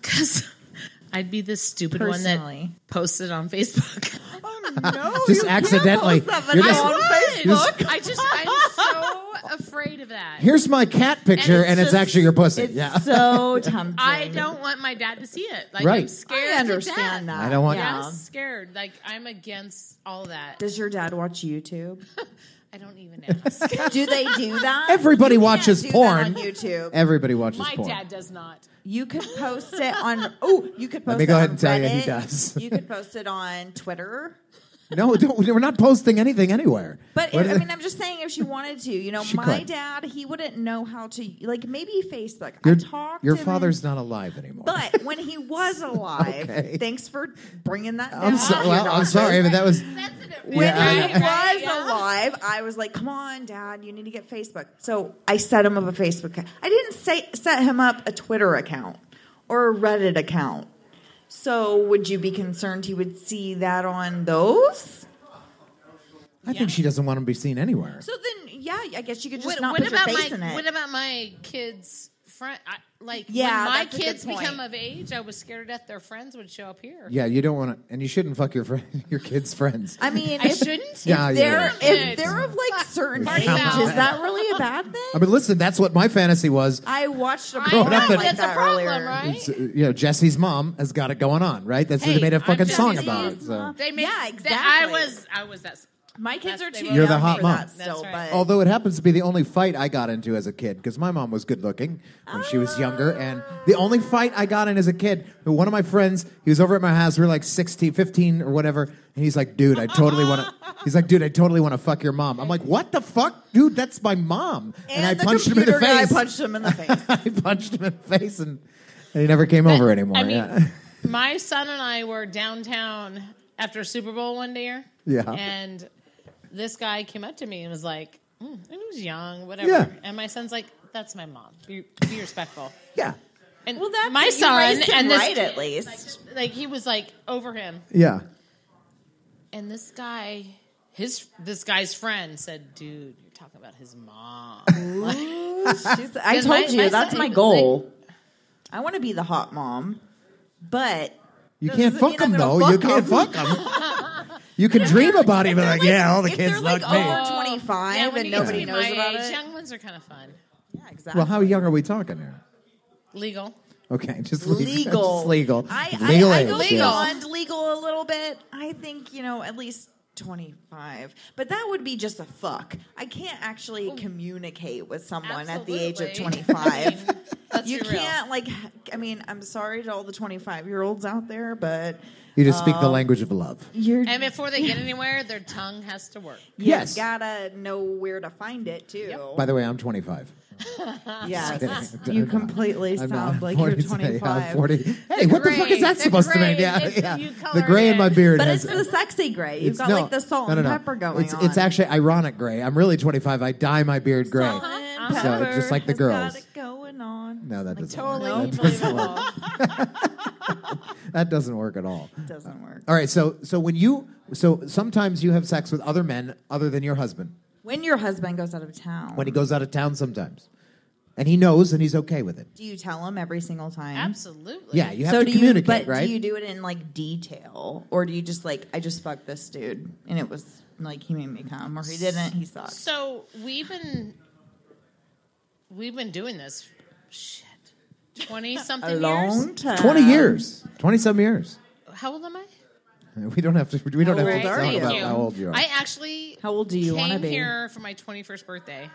E: because I'd be the stupid
C: Personally.
E: one that posted on Facebook.
C: Oh no!
B: Just you can't accidentally. post that You're video just- on
E: I
B: Facebook.
E: would. I just I'm so afraid of that.
B: Here's my cat picture, and
E: it's
B: it's,
E: just-
B: actually your pussy.
C: It's
B: yeah.
C: so tempting.
E: I don't want my dad to see it. Like
B: Right.
E: I'm scared.
C: I understand that.
B: I don't want-
E: Yeah.
C: Yeah.
E: I'm scared. Like I'm against all that.
C: Does your dad watch YouTube?
E: I don't even ask.
C: do they do that?
B: Everybody
C: You can't
B: watches
C: do that
B: porn.
C: on YouTube.
B: Everybody watches
E: my
B: porn.
E: dad does not.
C: You could post it on. Oh, you could post.
B: me go
C: it
B: ahead
C: on
B: and tell you he
C: Reddit.
B: does.
C: you could post it on Twitter.
B: No, don't, we're not posting anything anywhere.
C: But
B: What are
C: if, I
B: the-
C: mean, I'm just saying, if she wanted to, you know,
B: She
C: my
B: could.
C: dad, he wouldn't know how to. Like maybe Facebook.
B: your,
C: I talked.
B: your
C: to him,
B: father's not alive anymore.
C: But when he was alive,
B: Okay.
C: thanks for bringing that.
B: I'm,
C: down,
B: so,
C: you
B: well, I'm
C: doctors.
B: sorry, but that was
C: When
B: Yeah, I
C: he
B: know.
C: was alive, I was like, "Come on, Dad, you need to get Facebook." So I set him up a Facebook. account. I didn't say, set him up a Twitter account or a Reddit account. So would you be concerned he would see that on those?
B: I think she doesn't want him to be seen anywhere.
C: So then, yeah, I guess you could just
E: What,
C: not
E: what
C: put
E: about
C: your face in
E: my
C: it.
E: What about my kids? Friend, I, like
C: Yeah,
E: when my
C: that's a good
E: kids
C: point.
E: become of age, I was scared to death their friends would show up here.
B: Yeah, you don't want to, and you shouldn't fuck your friend, your kids' friends.
C: I mean,
E: I
C: if
E: shouldn't.
B: Yeah, you
C: they're
B: don't.
C: if they're of like certain
E: Party
C: age,
E: foul.
C: is that really a bad thing?
B: I mean, Uh, listen, that's what my fantasy was.
C: I watched a
E: I know,
C: program
B: up in-
C: like
E: that's
C: that
E: a problem,
C: earlier.
E: right?
B: It's, uh, you know, Jesse's mom has got it going on, right? That's what
E: Hey,
B: they made a
E: I'm
B: fucking
E: Jesse's
B: song about. So.
C: mom.
E: They make,
C: Yeah,
E: they- I
C: exactly.
E: was. I was that.
C: My kids are
E: That's-
C: too
E: You're
C: young
B: the hot
C: for
B: mom.
C: that
E: That's
C: still,
E: right.
C: but
B: Although it happens to be the only fight I got into as a kid, because my mom was good looking when she was younger, and the only fight I got in as a kid, one of my friends, he was over at my house, we were like 16, 15 or whatever, and he's like, dude, I totally want to, he's like, dude, I totally want to fuck your mom. I'm like, what the fuck? Dude, that's my mom.
C: and,
B: I
C: the
B: punched him in the
C: computer guy
B: face.
C: punched him in the face.
B: I punched him in the face, and, and he never came over anymore.
E: I mean,
B: yeah.
E: my son and I were downtown after Super Bowl one year.
B: Yeah.
E: And this guy came up to me and was like, mm, and he was young, whatever.
B: Yeah.
E: And my son's like, that's my mom. Be, be respectful.
B: yeah,
E: And
C: Well, that's
E: my
C: you
E: son
C: raised him
E: and this,
C: right at least.
E: like he was like over him.
B: yeah.
E: And this guy, his this guy's friend said, dude, you're talking about his mom.
C: She's- I
E: Because
C: told
E: my-
C: you
E: my
C: that's
E: son-
C: my
E: like-
C: goal. I want to be the hot mom, but
B: You
C: Doesn't
B: can't
C: mean
B: fuck
C: I'm
B: him
C: gonna
B: though.
C: fuck
B: you can't
C: 'em.
B: fuck him. You can dream about it, but like, yeah, all the
C: if they're
B: kids
C: like
B: like me.
C: over
E: Oh.
C: 25
E: Yeah, when
C: and
E: you get to
C: nobody
E: be
C: knows
E: my
C: about
E: age,
C: it.
E: Young ones are kind of fun.
C: yeah, exactly.
B: Well, how young are we talking here?
E: Legal.
B: Okay, just le-
C: legal,
B: just legal.
C: I,
B: Legal
C: I, I
B: age,
C: go
B: yes.
C: beyond legal a little bit. I think you know at least 25. But that would be just a fuck. I can't actually communicate with someone at the age of
E: Oh. Absolutely.
C: 25.
E: I mean, let's
C: you
E: be real.
C: can't, like, I mean, I'm sorry to all the 25 year olds out there, but
B: You just speak the
C: Um,
B: language of love.
C: you're.
E: And before they get anywhere, their tongue has to work.
C: you
B: Yes.
C: gotta know where to find it, too.
B: By the way, I'm 25.
C: Yes.
B: I'm
C: you
B: not-
C: completely
B: I'm
C: sound
B: not.
C: like
B: 40
C: you're
B: today. I'm
C: 25.
B: 40. Hey, what the fuck
E: gray-
B: is that
E: the
B: supposed to
E: gray
B: mean? Yeah,
E: is-
B: yeah.
E: you
B: The
E: colored
B: gray in my
E: it.
B: beard.
C: But
B: has
C: it's the sexy gray. You've
B: it's-
C: got
B: no,
C: like the salt
B: no, no,
C: and
B: no.
C: pepper going
B: it's,
C: on.
B: It's actually ironic gray. I'm really 25. I dye my beard gray.
C: Salt and
B: So,
C: pepper
B: just like the
C: has got
B: girls.
C: it going on.
B: No, that doesn't
E: Totally
B: work. That doesn't work.
E: believable.
B: That doesn't work at all.
C: Doesn't work.
B: All right, so so when you so sometimes you have sex with other men other than your husband
C: When your husband goes out of town,
B: when he goes out of town sometimes. And he knows and he's okay with it.
C: do you tell him every single time?
E: Absolutely.
B: Yeah, you have
C: so
B: to
C: do
B: communicate,
C: you, but
B: right?
C: do you do it in like detail, or do you just like I just fucked this dude and it was like he made me come, or he didn't, he sucks.
E: So we've been we've been doing this shit. Twenty
C: A
E: something years.
C: long time.
B: 20 years. 20 some years.
E: How old am I?
B: We don't have to we don't have to
C: old
B: talk
C: are you?
B: about how old you are.
E: I actually
C: How old do you wanna
E: came
C: be?
E: here for my twenty first birthday.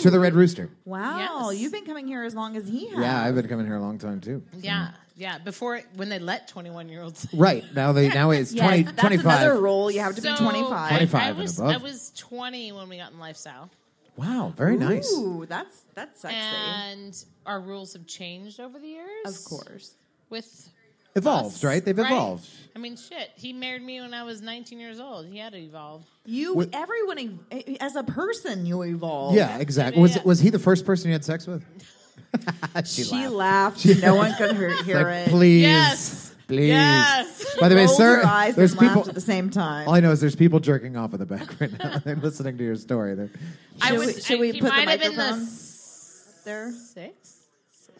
B: to the Red Rooster.
C: Wow,
E: Yes.
C: you've been coming here as long as he has.
B: Yeah, I've been coming here a long time too.
E: Yeah, yeah. Before when they let twenty one year olds.
B: Right. Now they now it's
C: Yes,
B: 20,
C: that's
B: 25.
C: another rule. You have to be 25.
E: I-
B: 25
E: I,
B: and
E: was
B: above.
E: I was twenty when we got in lifestyle,
B: Wow, very nice.
C: Ooh, that's that's sexy.
E: and our rules have changed over the years.
C: of course.
E: with
B: Evolved,
E: us,
B: right? They've evolved.
E: I mean, shit. He married me when I was nineteen years old. He had to evolve.
C: You,
B: With-
C: everyone, ev- as a person, you evolve.
B: Yeah, exactly.
E: Yeah,
B: Was
E: yeah.
B: was he the first person you had sex with?
C: She, laughed. no one could hear, hear
B: Like,
C: it.
B: please.
E: Yes.
B: Please.
E: Yes.
B: By the way,
C: Rolled
B: sir,
C: her eyes
B: there's
C: and laughed
B: people
C: at the same time.
B: All I know is there's people jerking off in the back right now. They're listening to your story. They're,
E: I
C: Should
E: was.
C: we- should
E: I,
C: we
E: he
C: put the
E: might have been
C: microphone
E: the
C: there?
E: sixth,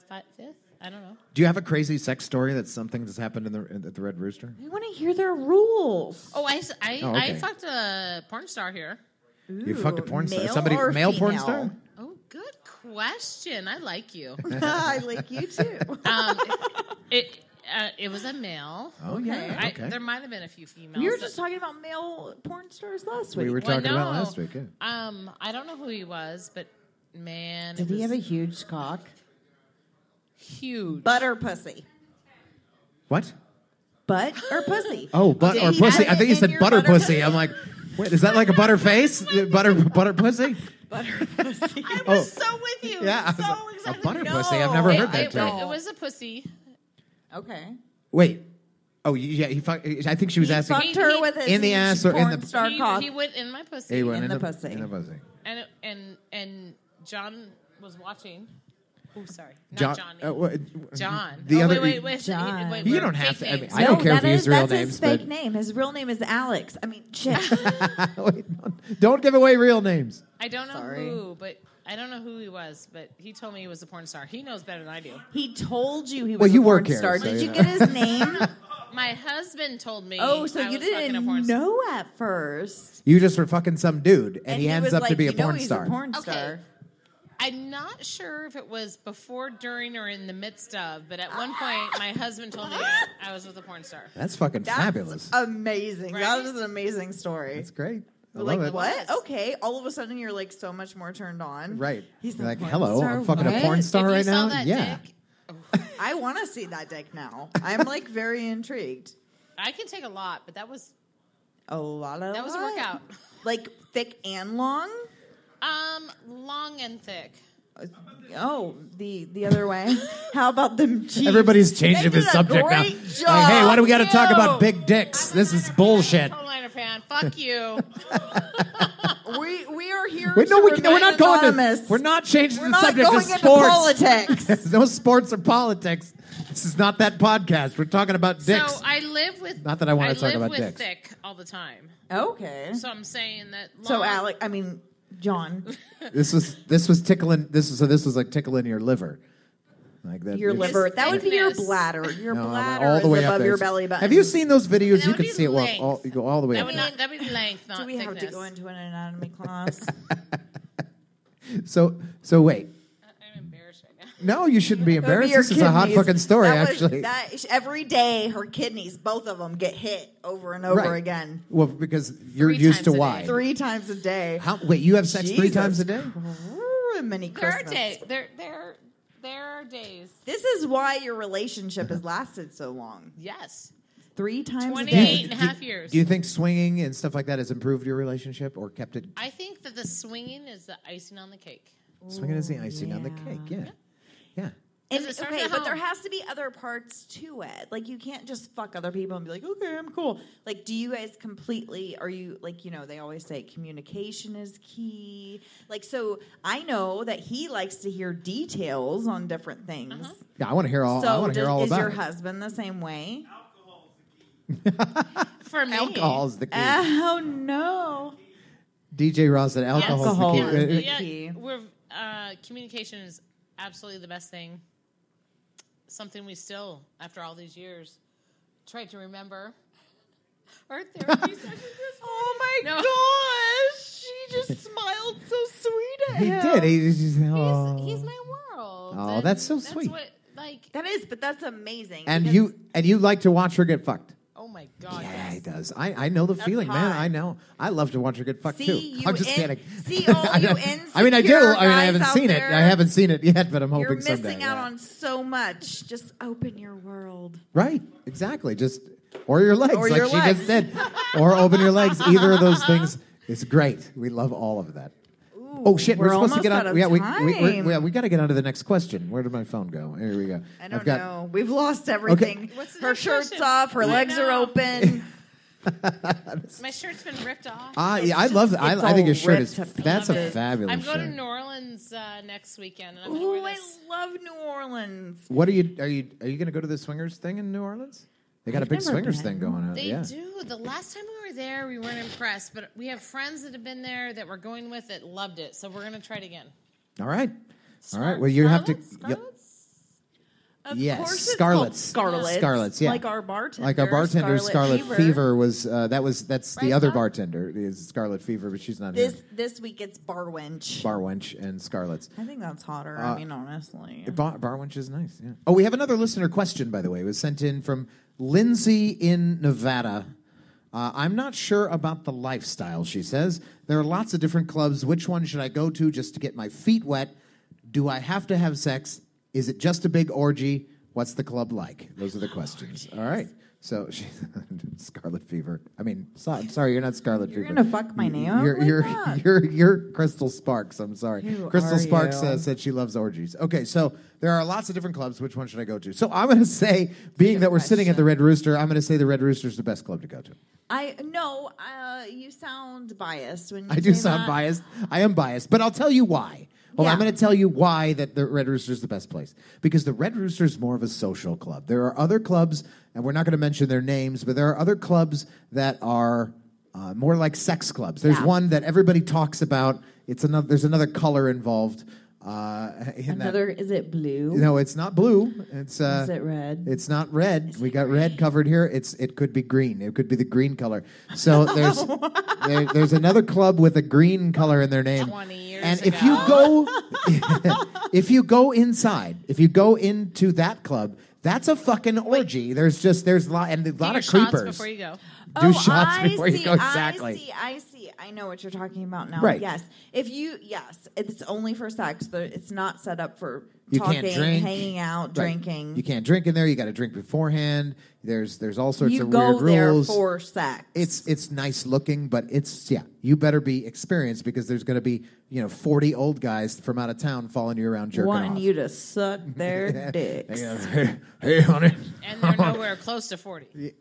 E: fi- fifth. I don't know.
B: do you have a crazy sex story that's something that's happened in the at the Red Rooster?
C: I want to hear their rules.
E: Oh, I, s- I-
B: Oh,
E: I
B: okay.
E: fucked a porn star here.
B: you fucked a
C: Ooh,
B: porn star.
C: male
B: Somebody
C: or
B: male porn
C: female?
B: star?
E: Oh, good question. I like you.
C: I like you too.
E: Um, it uh, it was a male.
B: Oh yeah.
E: I,
B: Okay.
E: There might have been a few females.
C: we were
E: that-
C: just talking about male porn stars last week.
B: we were
E: Well,
B: talking about
E: no.
B: last week. Yeah.
E: Um, I don't know who he was, but man,
C: Did
E: it
C: he
E: was
C: have a huge cock?
E: huge.
C: Butt or pussy?
B: What?
C: Butt or pussy?
B: Oh, butt
C: Did
B: or
C: he
B: pussy.
C: have
B: I think
C: it
B: you
C: in
B: said
C: your
B: butter
C: butter-
B: pussy. I'm like, wait, is that like a butter face? butter butter pussy?
C: Butter pussy.
B: Oh,
E: so with you.
B: yeah. I was
E: so
B: like,
E: exactly.
B: a butter
C: no.
B: pussy. I've never
E: It,
B: heard that
E: it,
B: term.
E: it was a pussy.
C: okay.
B: Wait. Oh, yeah. He fuck, I think she was
C: He
B: asking.
C: fucked her with his
B: in the ass or in
C: porn
B: the-
C: star
E: He,
C: cock.
E: he went in my pussy,
B: Hey, one
C: in the pussy.
B: In the pussy.
E: and it- and and John was watching. Oh, sorry, not
B: John-
E: Johnny.
B: uh, what-
E: John.
B: The
E: oh,
B: other. e-
E: wait, wait, wait,
C: John.
E: wait,
B: You
E: wait,
B: don't
E: fake
B: have to- I mean,
E: names.
B: I don't
C: No,
B: care if
C: that
B: you use
C: is-
B: real
C: that's
B: names,
C: His fake
B: but-
C: name. His real name is Alex. I mean, shit.
B: Wait, don't, don't give away real names.
E: I don't know
C: Sorry.
E: who, but I don't know who he was, but he told me he was a porn star. He knows better than I do.
C: he told you he was
B: Well, you
C: a porn
B: work here,
C: star.
B: so
C: Did
B: you
C: you
B: know.
C: get his name?
E: My husband told me.
C: oh, so
E: I
C: you
E: was fucking a
C: didn't
E: porn star.
C: know at first.
B: You just were fucking some dude, and, he ends
C: was
B: up to
C: like,
B: be
C: you
B: a
C: know
B: porn
C: he's
B: star.
C: A porn
E: Okay.
C: star.
E: I'm not sure if it was before, during, or in the midst of, but at one point, my husband told me I was with a porn star.
B: That's fucking
C: That's
B: fabulous.
C: amazing. That
E: Right?
C: was an amazing story.
B: That's great. I
C: like
B: love it.
C: what? Okay, all of a sudden you're like so much more turned on.
B: Right.
C: He's
B: You're
C: like,
B: like, hello, I'm fucking a
C: what?
B: porn
E: if
B: star
E: you
B: right
E: saw
B: now.
E: that
B: yeah.
E: dick,
C: I want to see that dick now. I'm like very intrigued.
E: I can take a lot, but that was
C: A lot of
E: that was a
C: lot.
E: workout.
C: Like thick and long.
E: Um, long and thick.
C: Oh, the the other way. How about them? Cheeks?
B: Everybody's changing
C: They
B: the
C: did a
B: subject now.
C: great
B: Like,
C: job.
B: hey, why do we got to talk about
C: Ew.
B: big dicks? This is bullshit.
E: Total liner fan. Fuck you.
C: We we are here.
B: Wait, no,
C: to
B: we, no, we're
C: remain
B: not going to.
C: anonymous.
B: We're not changing
C: We're
B: the
C: not
B: subject
C: going
B: to
C: into
B: sports.
C: politics.
B: no sports or politics. This is not that podcast. We're talking about dicks.
E: So I live with
B: Not that I wanna
E: I
B: talk
E: live
B: about
E: with
B: dicks.
E: thick all the time.
C: okay.
E: So I'm saying that. Long,
C: So Alec, I mean John,
B: this was this was tickling. This was so this was like tickling your liver, like that.
C: your
B: it's-
C: liver. That would be your
E: thickness.
C: bladder. Your
B: No,
C: bladder
B: all the way
C: is
B: up
C: above
B: there.
C: your belly button.
B: Have you seen those videos?
E: That
B: You
E: would
B: can
E: be
B: see it. Well,
E: length.
B: all, you go all the way.
E: that
B: Up.
E: would not that would be length, not
C: Do we have
E: thickness.
C: to go into an anatomy class?
B: So so wait.
E: I- I'm embarrassed right now.
B: No, you shouldn't be embarrassed. This is a hot fucking story, actually.
C: every day, her kidneys, both of them, get hit over and over
B: Right.
C: again,
B: Well, because you're
E: Three
B: used
E: times
B: to
E: a day.
B: why.
C: three times a day.
B: How, wait, you have sex three
C: Jesus
B: times a day?
C: Christ, Many
E: There are
C: Christmas.
E: days. There, there, there are days.
C: This is why your relationship has lasted so long.
E: Yes.
C: Three times a day.
E: 28 and a half years.
B: Do you think swinging and stuff like that has improved your relationship or kept it
E: I think that the swinging is the icing on the cake.
B: swinging as the icing on the cake? Yeah. Yeah.
C: And,
E: Does it start
C: okay,
E: at
C: but there
E: home?
C: has to be other parts to it. Like you can't just fuck other people and be like, "Okay, I'm cool." Like, do you guys completely? Are you like you know? They always say communication is key. Like, so I know that he likes to hear details on different things.
E: Mm-hmm.
B: Yeah, I want to hear all. Oh, I
C: So,
B: want to
C: does-
B: hear all
C: is
B: about
C: your
B: it.
C: husband the same way?
E: For me,
B: Alcohol's the key.
C: Oh no!
B: DJ Ross said alcohol's
C: Alcohol
B: the
C: is
B: key.
C: the
E: yeah,
C: key.
E: We're uh, communication is absolutely the best thing. Something we still, after all these years, try to remember. Our therapy session this
C: Oh my
E: No.
C: gosh! She just smiled so sweet at
B: uh, he
C: him.
B: did. He, he's, he's, oh.
E: morning. He's, he's my world.
B: Oh,
E: and
B: that's so sweet.
E: What, like,
C: That is, but that's amazing.
B: and
C: because-
B: you and you like to watch her get fucked.
E: oh my god.
B: Yeah, he
E: yes.
B: does. I, I know the feeling, man.
C: hot.
B: I know. I love to watch her get fucked
C: See,
B: too.
C: you
B: I'm just
C: in-
B: kidding.
C: see all
B: I
C: you
B: know. I mean, I do.
C: insecure
B: I mean, I
C: guys
B: haven't
C: out
B: seen it.
C: there.
B: I haven't seen it yet, but I'm hoping
C: You're missing
B: someday.
C: out
B: yeah.
C: on so much. Just open your world.
B: Right. Exactly. Just or your legs,
C: Or
B: like
C: your
B: she
C: legs.
B: just said, or open your legs. Either of those things is great. We love all of that. oh shit! We're,
C: we're
B: supposed to
C: almost
B: get
C: out
B: on.
C: of
B: Yeah, we we we,
C: time.
B: we, got to get on to the next question. Where did my phone go? Here we go.
C: I don't
B: I've got,
C: know. We've lost everything.
E: What's the
C: Her
E: next
C: shirt's
E: question?
C: off. Her
E: I
C: legs are
E: know.
C: open.
E: My shirt's been ripped off.
B: Ah, yeah, I love. I,
C: it's
B: I think
C: all
B: your shirt
C: ripped
B: is.
C: to
B: That's a
E: pieces.
B: fabulous
E: I'm going
B: shirt.
E: to New Orleans uh, next weekend, and I'm
C: Ooh,
E: going
C: I
E: this.
C: love New Orleans.
B: What are you? Are you? Are you going to go to the swingers thing in New Orleans? They got a big
C: never
B: swingers
C: been.
B: thing going on.
E: They
B: yeah.
E: do. The last time we were there, we weren't impressed, but we have friends that have been there that we're going with that loved it, so we're going to try it again.
B: All right. All
E: Uh,
B: right. Well, you have to.
E: Scarlet?
B: you'll-
E: Scarlet's?
C: Of
B: Yes,
C: course it's
B: Scarlets.
C: called Scarlets.
B: Scarlets, yeah.
C: Like our bartender.
B: like our bartender, Scarlet, Fever. was uh, that was that's the
E: Right,
B: other
E: Bob?
B: bartender is Scarlet Fever, but she's not
C: This
B: here.
C: this week it's Barwench.
B: Bar Uh, wench and Scarlet's.
C: I think that's hotter. I mean, honestly.
B: Bar, bar wench is nice. Yeah. Oh, we have another listener question by the way. It was sent in from Lindsay in Nevada. Uh, I'm not sure about the lifestyle. She says there are lots of different clubs. Which one should I go to just to get my feet wet? Do I have to have sex? Is it just a big orgy? What's the club like? Those are the questions. All right. So she, Scarlet Fever. I mean, so, I'm sorry, you're not Scarlet
C: You're
B: Fever.
C: gonna fuck my name up
B: You're
C: like
B: you're,
C: that?
B: you're you're Crystal Sparks. I'm sorry.
C: Who
B: Crystal
C: are
B: Sparks
C: you?
B: uh, said she loves orgies. Okay, so there are lots of different clubs. Which one should I go to? So I'm going to say, being that we're sitting at the Red Rooster, I'm going to say the Red Rooster's the best club to go to.
C: I no, uh, you sound biased when you
B: I do
C: say
B: sound
C: that.
B: biased. I am biased, but I'll tell you why. Well, I'm
C: Yeah.
B: going to tell you why that the Red Rooster is the best place because the Red Rooster is more of a social club. There are other clubs, and we're not going to mention their names, but there are other clubs that are uh, more like sex clubs. There's one that everybody talks about. It's another. There's another color involved. Uh, in that.
C: Another is it blue?
B: No, it's not blue. It's uh,
C: Is it red?
B: It's not red. we got red covered here. It's it could be green. It could be the green color. So there's there, there's another club with a green color in their name.
E: 20 years
B: and if you go if you go inside, if you go into that club, that's a fucking orgy. There's just there's a lot and a lot
E: Your
B: of
E: shots
B: creepers.
E: before you go.
B: Do shots
C: Oh, I
B: before
C: see,
B: you go exactly.
C: I see. I see. I know what you're talking about now.
B: Right.
C: Yes. If you yes, it's only for sex. There- It's not set up for
B: You
C: talking,
B: can't drink,
C: hanging out,
B: Right.
C: drinking.
B: You can't drink in there. You got to drink beforehand. There's there's all sorts
C: You
B: of
C: go
B: weird
C: there
B: rules.
C: for sex.
B: it's it's nice looking, but it's yeah. You better be experienced because there's going to be you know forty old guys from out of town following you around jerking
C: wanting
B: off.
C: you to suck their dicks.
B: hey, hey, honey.
E: And they're nowhere close to 40.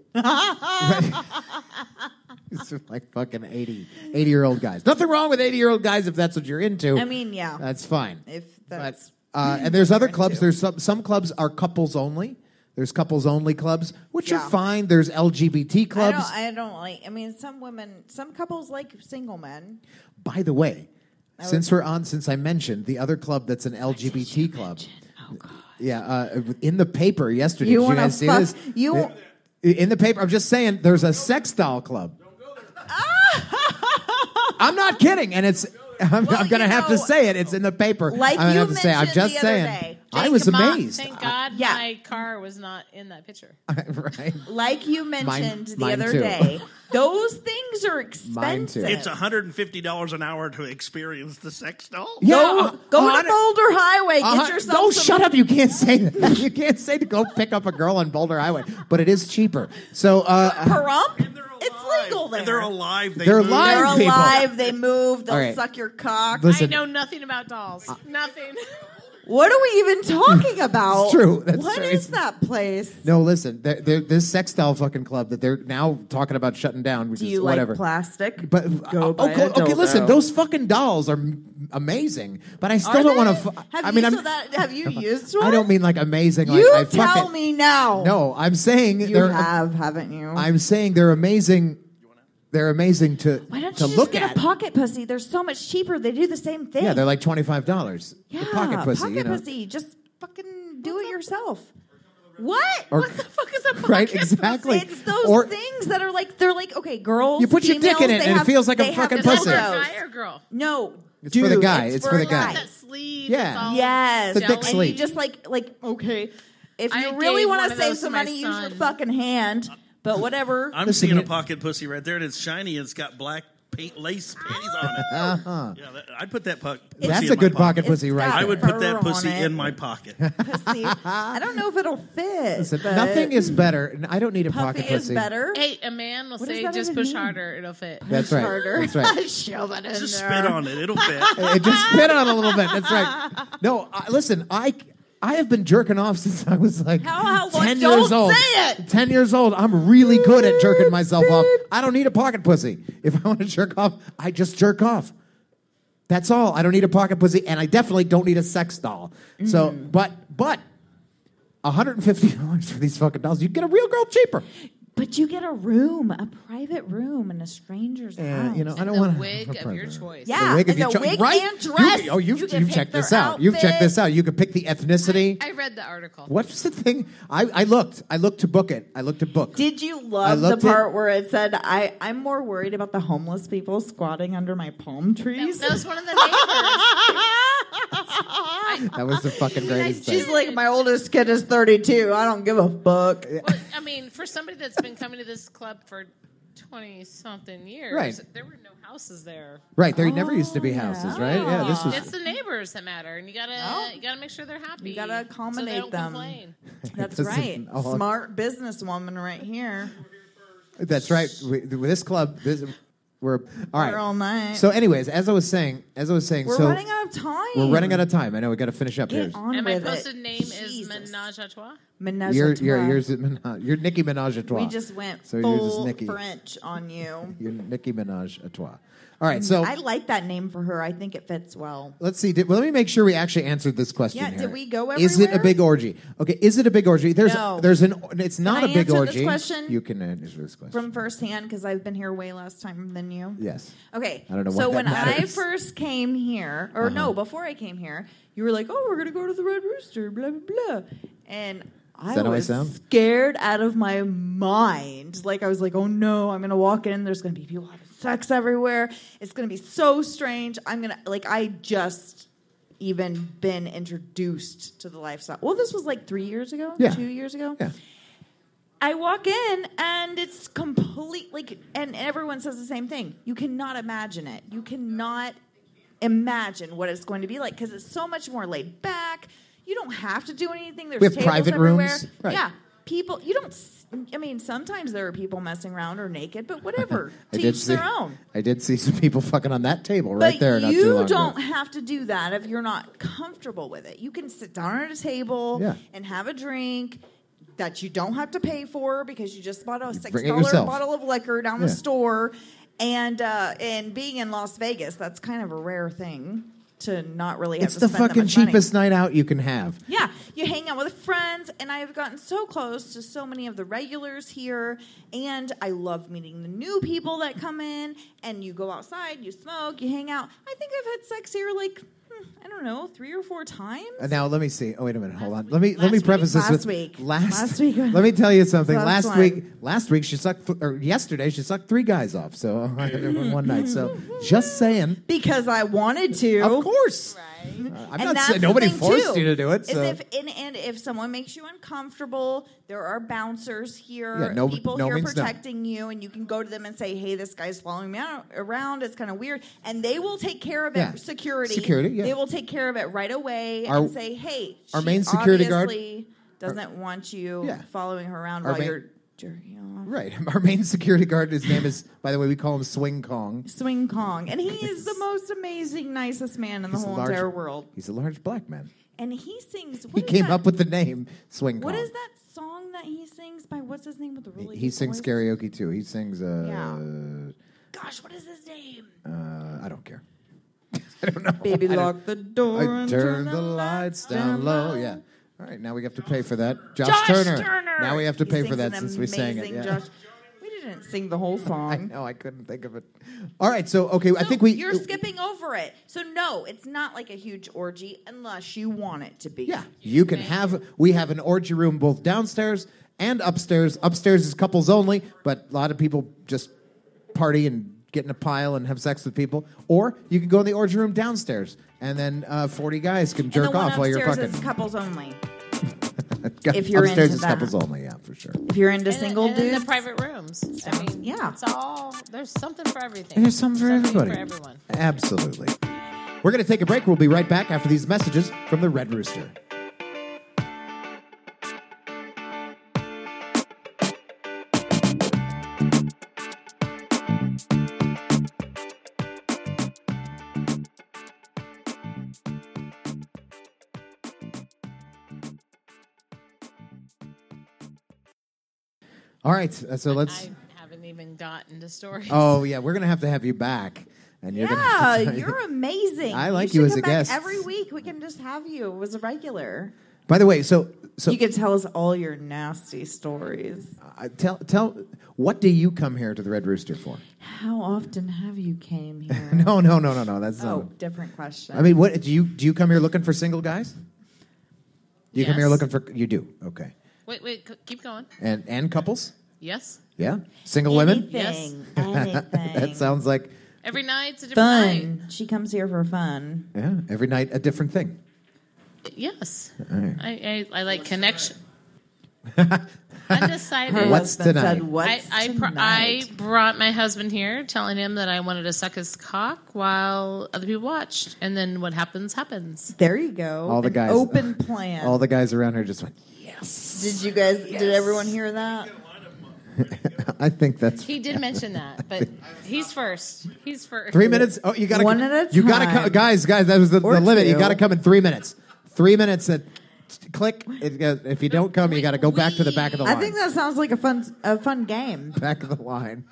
B: It's like fucking 80, 80 year old guys. Nothing wrong with eighty year old guys if that's what you're into.
C: I mean, yeah.
B: that's fine.
C: if
B: But,
C: that's
B: uh, and there's other clubs. There's some some clubs are couples only. There's couples only clubs, which
C: Yeah.
B: are fine. There's LGBT
C: I
B: clubs.
C: don't, I don't like. I mean, some women, some couples like single men.
B: By the way, since we're on, since I mentioned the other club that's an LGBT club. Yeah, uh, in the paper yesterday.
C: Oh, You
B: did you
C: wanna
B: guys see
C: fuck-
B: this?
C: you-
B: Uh, in the paper. I'm just saying, there's a sex doll club. I'm not kidding, and it's. I'm,
C: Well,
B: I'm going to
C: you
B: have to
C: know,
B: say it. It's in the paper.
C: Like
B: I'm gonna
C: you
B: have to say. I'm
C: mentioned
B: just
C: the other
B: saying.
C: day,
B: I was
E: Thank God-
B: amazed. Uh,
E: Thank
B: I-
E: God
C: Yeah.
E: my car was not in that picture.
B: right?
C: Like you mentioned the
B: mine
C: other
B: too.
C: day, those things are expensive.
F: It's hundred and fifty dollars an hour to experience the sex doll.
B: Yeah,
C: Go,
B: uh,
C: go
B: uh,
C: to Boulder Highway. Get
B: Uh,
C: yourself.
B: no,
C: some-
B: shut up! You can't say that. You can't say to go pick up a girl on Boulder Highway, but it is cheaper. So uh,
C: Pahrump?
F: And they're alive.
C: It's legal there.
F: And they're alive. They
B: They're
F: move.
B: alive.
C: They're
B: people.
C: alive. They move. They'll
B: All right.
C: suck your cock.
E: I
B: listen,
E: know nothing about dolls.
B: Uh,
E: nothing.
C: What are we even talking about?
B: It's true. That's
C: What
B: true.
C: is
B: It's-
C: that place?
B: no, listen. They're, they're, this sex doll fucking club that they're now talking about shutting down, which
C: Do
B: is
C: you
B: whatever.
C: like plastic?
B: but
C: Go
B: uh,
C: buy
B: okay,
C: a
B: okay,
C: dildo.
B: listen. Those fucking dolls are m- amazing, but I still don't want to. Fu-
C: Have
B: I
C: you
B: mean,
C: so
B: I'm,
C: that? Have you used one?
B: I don't mean like amazing.
C: You
B: like, I fuck
C: tell
B: it.
C: me now.
B: No, I'm saying
C: you
B: they're.
C: have, haven't you?
B: I'm saying they're amazing. They're amazing to
C: Why don't
B: to
C: you just
B: look
C: get
B: at.
C: a pocket pussy? They're so much cheaper. They do the same thing.
B: Yeah, they're like twenty five dollars.
C: Yeah,
B: pocket pussy, you know.
C: pussy. Just fucking do it yourself. What?
B: Or-
C: what the fuck is a pocket
B: Right,
C: pussy?
B: exactly.
C: It's those
B: Or-
C: things that are like they're like okay, girls.
B: You put your dick
C: females,
B: in it
C: they
B: and it
C: have-
B: feels like a
C: they have
B: fucking
E: Is that
B: pussy.
E: for a guy
C: dildos.
E: or girl?
C: No,
B: It's for the
C: dude,
B: guy. It's for the
C: a
B: guy.
E: That sleeve.
B: Yeah.
E: that's all-
C: Yes,
B: The dick
C: and
B: sleeve.
C: you just like like okay, if you
E: I
C: really
E: gave
C: want
E: one
C: to
E: of
C: save
E: those
C: some
E: to my
C: money, use your
E: son.
C: fucking hand. But whatever.
F: I'm
B: Listen,
F: seeing a
B: you-
F: pocket pussy right there, and it's shiny. and It's got black paint lace panties on it.
B: Uh-huh.
F: Yeah, that, I'd put that puck. pussy
B: That's
F: in
B: a
F: my
B: good pocket pussy
C: It's
B: right
C: got
B: there.
F: I would
C: fur
F: put that
C: on
F: pussy
C: it.
F: in my pocket.
C: pussy. I don't know if it'll fit.
B: Listen,
C: but
B: nothing is better. N- I don't need a
C: puffy
B: pocket
C: is
B: pussy.
C: better.
E: Hey, a man will
C: What does
E: say
C: that
E: just
C: even
E: push
C: mean?
E: harder, it'll fit.
B: That's right.
C: harder.
B: That's right.
C: Shove it in
F: Just
C: there.
F: spit on it. It'll fit.
B: it just spit on it a little bit. That's right. No, I, listen. I I have been jerking off since I was like
C: How- how- well,
B: ten
C: don't
B: years old.
C: say it!
B: Ten years old. I'm really good at jerking myself off. I don't need a pocket pussy. If I want to jerk off, I just jerk off. That's all. I don't need a pocket pussy, and I definitely don't need a sex doll. So,
C: Mm.
B: but but. $150 for these fucking dolls. You can get a real girl cheaper.
C: But you get a room, a private room in a stranger's
B: Uh,
C: house.
B: you know, I don't
E: the
B: want to.
E: wig of your choice.
C: Yeah,
B: the wig of
C: and
B: your
C: the
B: cho-
C: wig
B: right?
C: and
B: You
C: dress.
B: can- oh, you've,
C: You can
B: you've
C: pick
B: checked
C: their
B: this out. You've checked
C: outfit.
B: this out. You can pick the ethnicity.
E: I read the article.
B: What's the thing? I, I looked. I looked to book it. I looked to book.
C: Did you
B: I
C: love the
B: looked at-
C: part where it said, I, I'm more worried about the homeless people squatting under my palm trees?
E: That was one of the neighbors.
B: that was the fucking greatest
E: guys
C: She's
B: thing.
E: just-
C: like, my oldest kid is 32. I don't give a fuck.
E: Well, I mean, for somebody that's been coming to this club for twenty something years,
B: Right.
E: there were no houses there.
B: Right. There never used to
C: Oh,
B: be houses, right? Yeah, this was.
E: It's the neighbors that matter, and you gotta you gotta make sure they're happy.
C: You gotta
E: so they
C: accommodate
E: don't
C: them.
E: Complain.
C: That's
B: Listen,
C: right.
B: oh,
C: Smart businesswoman right here.
B: That's right. We, this club, this, we're all right.
C: We're all night.
B: So, anyways, as I was saying, as I was saying,
C: We're
B: so
C: running out of time.
B: we're running out of time. I know we got to finish up here.
C: Get on
E: And my
C: with
E: posted
C: it.
E: name is
C: Jesus.
E: Menage a Trois.
C: Menage
B: You're,
C: a
B: you're,
C: trois.
B: you're, Minaj, you're Nicki Minaj a trois.
C: We just went
B: So you're just
C: full
B: Nicki.
C: French on you.
B: You're Nicki Minaj a trois. All right. So
C: I like that name for her. I think it fits well.
B: Let's see. Did, well, let me make sure we actually answered this question.
C: Yeah, did
B: here.
C: we go
B: Is it a
C: everywhere?
B: big orgy? Okay, is it a big orgy? There's
C: No.
B: there's an it's not
C: I
B: a big
C: answer
B: orgy.
C: this question?
B: You can answer this question.
C: From firsthand, because I've been here way less time than you.
B: yes.
C: Okay.
B: I don't know why
C: So
B: that
C: when I
B: matters. Uh-huh.
C: first came here, or no, before I came here, you were like, "Oh, we're gonna go to the Red Rooster," blah blah blah, and I
B: that how I
C: was
B: sound?
C: scared out of my mind. Like I was like, "Oh no, I'm gonna walk in. There's gonna be people having sex everywhere. It's gonna be so strange. I'm gonna like I just." Even been introduced to the lifestyle. Well, this was like three years ago,
B: Yeah.
C: two years ago.
B: Yeah.
C: I walk in and it's complete like and everyone says the same thing. You cannot imagine it. You cannot imagine what it's going to be like because it's so much more laid back. You don't have to do anything. There's
B: We have
C: tables
B: private rooms.
C: everywhere.
B: Right.
C: Yeah. People you don't s- I mean sometimes there are people messing around or naked, but whatever.
B: I
C: to
B: did
C: each
B: see.
C: their own.
B: I did see some people fucking on that table right
C: but
B: there. not too
C: you
B: long
C: don't
B: Ago.
C: have to do that if you're not comfortable with it. You can sit down at a table
B: Yeah.
C: and have a drink that you don't have to pay for because you just bought a six
B: bring it
C: dollar
B: yourself.
C: bottle of liquor down the
B: Yeah.
C: store. And uh, and being in Las Vegas, that's kind of a rare thing to not really. Have
B: It's
C: to
B: the
C: spend that
B: fucking
C: much money.
B: cheapest night out you can have.
C: Yeah, you hang out with friends, and I have gotten so close to so many of the regulars here, and I love meeting the new people that come in. And you go outside, you smoke, you hang out. I think I've had sex here like hmm, I don't know three or four times.
B: Uh, Now let me see. Oh wait a minute. Hold on. Let me let me
C: week.
B: preface this
C: Last
B: with
C: week.
B: last
C: Last week.
B: Let me tell you something. Last,
C: Last one.
B: week, last week she sucked th- or yesterday she sucked three guys off. So in one night. So just saying.
C: Because I wanted to.
B: Of course. Uh,
C: I'm
B: not saying- nobody forced you to do it,
C: Is
B: so-
C: if and, and if someone makes you uncomfortable, there are bouncers here,
B: Yeah, no-
C: people
B: no
C: here
B: means no.
C: protecting you, and you can go to them and say, "Hey, this guy's following me out, around. It's kind of weird," and they will take care of it.
B: Yeah.
C: Security,
B: Security, yeah.
C: They will take care of it right away
B: Our-
C: and say, "Hey,
B: our
C: she
B: main security guard-
C: obviously doesn't want you
B: Yeah.
C: following her around
B: Our
C: while
B: main-
C: you're jerking off."
B: Right. Our main security guard, his name is, by the way, we call him Swing Kong.
C: Swing Kong, and he is the most amazing, nicest man in the
B: He's a
C: whole
B: large-
C: entire world.
B: He's a large black man.
C: And he sings.
B: He
C: what is
B: came
C: that?
B: up with the name Swing
C: What
B: Kong.
C: is that song that he sings by what's his name with the really
B: He
C: deep
B: sings
C: voice?
B: karaoke too. He sings, uh,
C: Gosh, what is his name?
B: uh, I don't care.
C: Baby lock the door
B: I
C: and
B: turn the lights down low. Yeah. All right, now we have to pay for that. Josh, Turner. Now we have to
C: He
B: pay for
C: sings
B: that
C: an
B: since we sang it.
C: amazing
B: Yeah.
C: Josh- We didn't sing the whole
B: I
C: song.
B: know I couldn't think of it. All right, so okay, I
C: So
B: think we uh,
C: you're skipping over it. So no, it's not like a huge orgy unless you want it to be.
B: Yeah, you can have. We have an orgy room both downstairs and upstairs. Upstairs is couples only, but a lot of people just party and get in a pile and have sex with people. Or you can go in the orgy room downstairs, and then uh, forty guys can
C: And the
B: jerk
C: one
B: off while you're
C: upstairs
B: fucking.
C: is couples only.
B: Gu-
C: you're
B: upstairs
C: into
B: is
C: that.
B: couples only. Yeah, for sure.
C: If you're into
E: And then-
C: single
E: and then
C: dudes,
E: the private rooms. I mean,
C: yeah.
E: it's all there's something for everything.
B: There's something for everybody.
E: For everyone.
B: Absolutely. We're going to take a break. We'll be right back after these messages from the Red Rooster. All right, uh, so let's.
E: I haven't even gotten to stories.
B: Oh yeah, we're gonna have to have you back, and you're
C: Yeah,
B: gonna.
C: you're amazing.
B: I like
C: should
B: you as
C: come
B: a
C: back
B: guest.
C: Every week we can just have you as a regular.
B: By the way, so so
C: you can tell us all your nasty stories.
B: uh, tell tell what do you come here to the Red Rooster for?
C: How often have you came here?
B: No, no, no, no, no. That's
C: Oh,
B: not.
C: different question.
B: I mean, what do you do? You come here looking for single guys? You come here
E: Yes.
B: looking for you do okay,
E: Wait, wait, c- keep going.
B: and and couples,
E: Yes.
B: yeah, single women.
C: anything, anything.
B: That sounds like
E: Every night it's a different
C: fun. She comes here for fun.
B: yeah. Every night a different thing.
E: night. Yes. I, I, I like connection. Undecided.
C: Her
B: What's
C: husband
B: tonight?
C: Said,
E: I,
C: What's
E: I, pr- I
C: tonight?
E: brought my husband here, telling him that I wanted to suck his cock while other people watched, and then what happens happens.
C: there you go.
B: All the
C: An
B: guys-
C: Open plan.
B: All the guys around here just went.
C: did you guys? Did everyone hear that?
B: I think that's
E: He did mention that, but he's first. He's first.
B: Three minutes. Oh, you gotta
C: One at a
B: You gotta
C: time.
B: come, guys, guys. That was the,
C: Or
B: the limit. You
C: two.
B: gotta come in three minutes. Three minutes. At click. It goes- If you don't come, you gotta go back to the back of the
C: I
B: line.
C: think that sounds like a fun a fun game.
B: back of the line.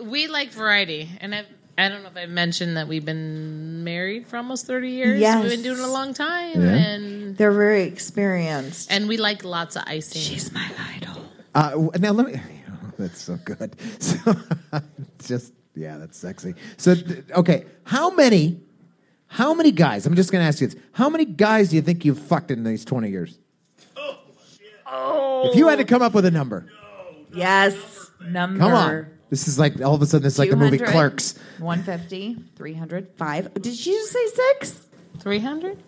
E: We like variety, and I I don't know if I mentioned that we've been married for almost thirty years.
C: Yes.
E: We've been doing it a long time,
B: Yeah.
E: and
C: They're very experienced.
E: and we like lots of icing.
C: She's my idol.
B: Uh, w- now let me. that's so good. So, just yeah, that's sexy. So th- okay, how many? How many guys? I'm just gonna ask you this. How many guys do you think you've fucked in these 20 years? Oh, if you had to come up with a number,
C: Yes. Number.
B: come on. This is like all of a sudden. This is like the movie
C: 200,
B: Clerks.
C: 150, 300, 5. Did she just say 6?
E: Three hundred.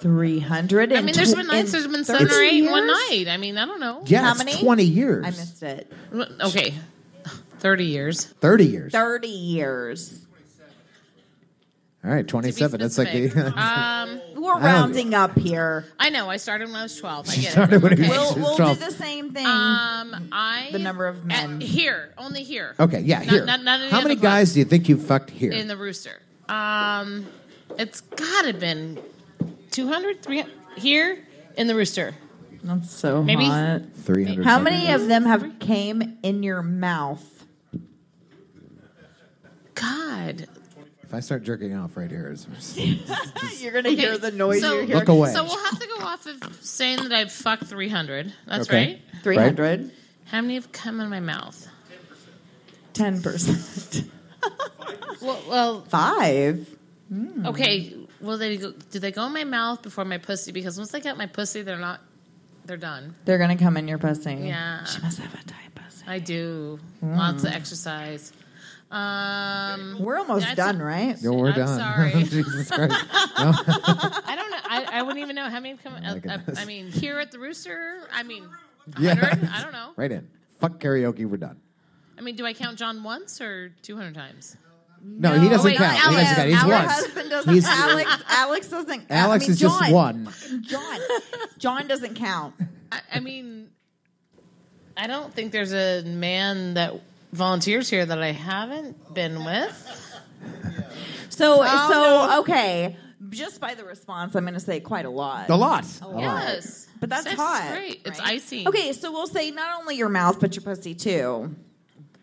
C: 300.
E: I mean, there's been nights. There's been seven or eight in one night. I mean, I don't know.
B: Yeah,
C: How
B: it's
C: many?
B: 20 years.
C: I missed it.
E: Okay, thirty years.
B: 30 years.
C: 30 years.
B: All right, 27. That's like
E: specific.
B: the.
E: Um,
C: We're rounding up here.
E: I know. I started when I was twelve. I get
B: started
E: it.
B: when he
E: Okay.
B: was
C: We'll,
B: She's
C: we'll do
B: 12.
C: the same thing.
E: Um, I
C: The number of men.
E: at- here, only here.
B: okay, yeah,
E: Not-
B: here.
E: not- not in the
B: How many
E: other club,
B: guys do you think you've fucked here?
E: in the rooster? Um, it's gotta been 200, 300 here in the rooster.
C: That's so
E: maybe-
C: hot.
B: 300.
C: How many of them have came in your mouth?
E: God,
B: If I start jerking off right here, it's,
C: You're going to hear the noise
E: so,
C: you hear.
B: look away.
E: So we'll have to go off of saying that I've fucked three hundred. That's
B: Okay.
E: right.
C: 300.
E: How many have come in my mouth?
C: 10%.
E: Well, well
C: 5.
E: okay. Well, they go, do they go in my mouth before my pussy? Because once they get my pussy, they're not. They're done.
C: They're going to come in your pussy.
E: Yeah.
B: Hmm.
C: She must have a tight pussy.
E: I do. Lots of exercise. Um,
C: We're almost
E: That's
C: done,
E: a-
C: right?
B: No, we're
E: I'm
B: done.
E: sorry.
B: Jesus Christ.
E: I don't know. I, I wouldn't even know how many come. uh, uh,
B: Oh goodness.
E: I mean, here at the Rooster. I mean,
B: Yeah.
E: hundred. I don't know.
B: Right in. Fuck karaoke. We're done.
E: I mean, do I count John once or two hundred times?
B: No, he doesn't
E: wait,
B: count. he
E: Alex.
B: doesn't count. He's
C: our
B: one.
C: husband doesn't.
B: He's-
C: Alex, Alex doesn't.
B: Alex
C: I mean,
B: is just
C: John.
B: one.
C: John. John doesn't count.
E: I, I mean, I don't think there's a man that volunteers here that I haven't been with.
C: So
E: Oh,
C: so okay. Just by the response, I'm going to say quite a lot.
B: A lot. A lot.
E: Yes,
C: But that's
E: Sex is
C: hot,
E: great. It's icy.
C: Okay, so we'll say not only your mouth but your pussy too.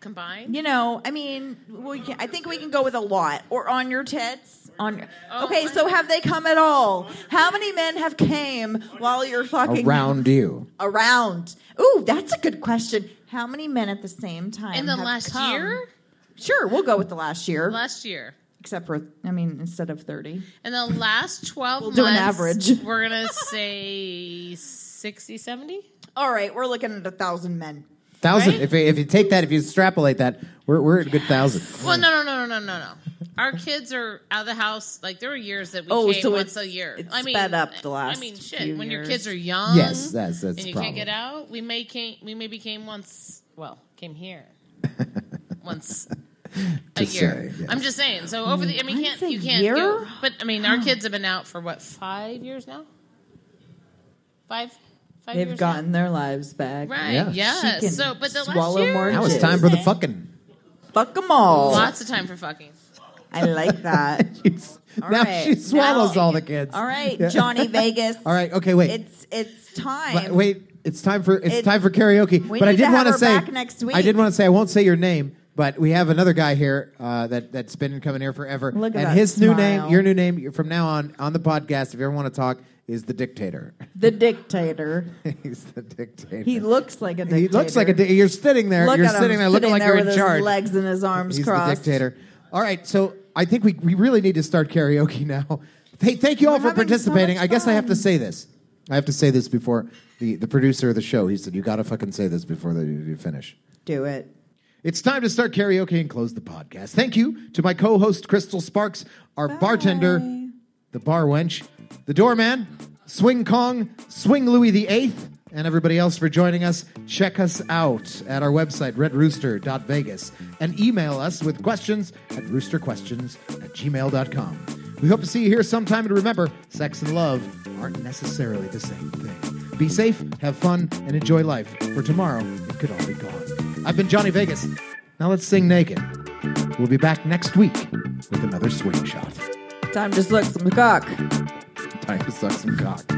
E: combined.
C: You know, I mean, we can, I think we can go with a lot or on your tits. On your,
E: Oh,
C: okay, so have they come at all? How many men have came while you're fucking
B: Around you.
C: Around. Ooh, that's a good question. How many men at the same time?
E: In the
C: have
E: last
C: come?
E: year,
C: Sure, we'll go with the last year,
E: last year.
C: except for I mean, instead of thirty.
E: In the last 12
C: We'll
E: months,
C: do an average.
E: we're going to say 60, 70?
C: All right, we're looking at a thousand men.
B: Thousand.
E: Right?
B: If, you- if you take that, if you extrapolate that, we're, we're at a good thousand.
E: Well, no, no, no, no, no, no, no. Our kids are out of the house. Like, there were years that we
C: Oh,
E: came
C: so
E: once
C: it's-
E: a year.
C: it's
E: I mean,
C: sped up the last
E: I mean, shit.
C: few
E: when your
C: years.
E: kids are young
B: Yes, that's- that's
E: and
B: the
E: you
B: problem.
E: can't get out, we may came, we maybe came once, well, came here once a
B: Just
E: year.
B: saying, yeah.
E: I'm just saying. So, over the, I mean, you
C: Once
E: can't,
C: a
E: you can't
C: year?
E: go. But, I mean, our kids have been out for what, five years now? Five? Five
C: They've
E: years now?
C: gotten their lives back.
B: Yeah.
E: Right.
B: She
E: Yes.
C: can
E: So, but the last
C: swallow
E: year,
C: more
B: Now it's
C: Yes.
B: time for the fucking.
C: Fuck them all.
E: lots of time for fucking.
C: I like that.
B: It's-
C: All
B: now
C: right.
B: she swallows
C: Now-
B: all the kids.
C: All right, Johnny Vegas.
B: All right, okay, wait.
C: It's it's time.
B: But wait, it's time for it's
C: It-
B: time for karaoke.
C: We
B: but I
C: need to
B: did
C: have
B: want
C: her
B: to say
C: back next week.
B: I did want to say I won't say your name, but we have another guy here uh, that that's been coming here forever.
C: Look at
B: and
C: that
B: his new name,
C: smile.
B: your new name from now on on the podcast, if you ever want to talk, is the dictator.
C: The dictator.
B: He's the dictator.
C: He looks like a dictator.
B: He looks like a. Di- you're sitting there.
C: Look
B: you're
C: at
B: sitting
C: him,
B: there looking like
C: there
B: you're
C: with
B: in
C: his
B: charge.
C: Legs and his arms
B: He's
C: crossed.
B: the dictator. All right, so I think we, we really need to start karaoke now. Hey, thank you all
C: We're
B: for
C: having so
B: participating.
C: much
B: I guess I have to
C: fun.
B: say this. I have to say this before the, the producer of the show. He said, "You got to fucking say this before they, you finish."
C: Do it.
B: It's time to start karaoke and close the podcast. Thank you to my co-host Crystal Sparks, our bartender, the bar wench, the doorman, Swing Kong, Swing Louis the Eighth, and everybody else for joining us. Check us out at our website, redrooster.vegas, and email us with questions at roosterquestions at gmail.com. We hope to see you here sometime, and remember, sex and love aren't necessarily the same thing. Be safe, have fun, and enjoy life, for tomorrow it could all be gone. I've been Johnny Vegas. Now let's sing naked. We'll be back next week with another swing shot.
C: Time to suck some cock.
B: Time to suck some cock.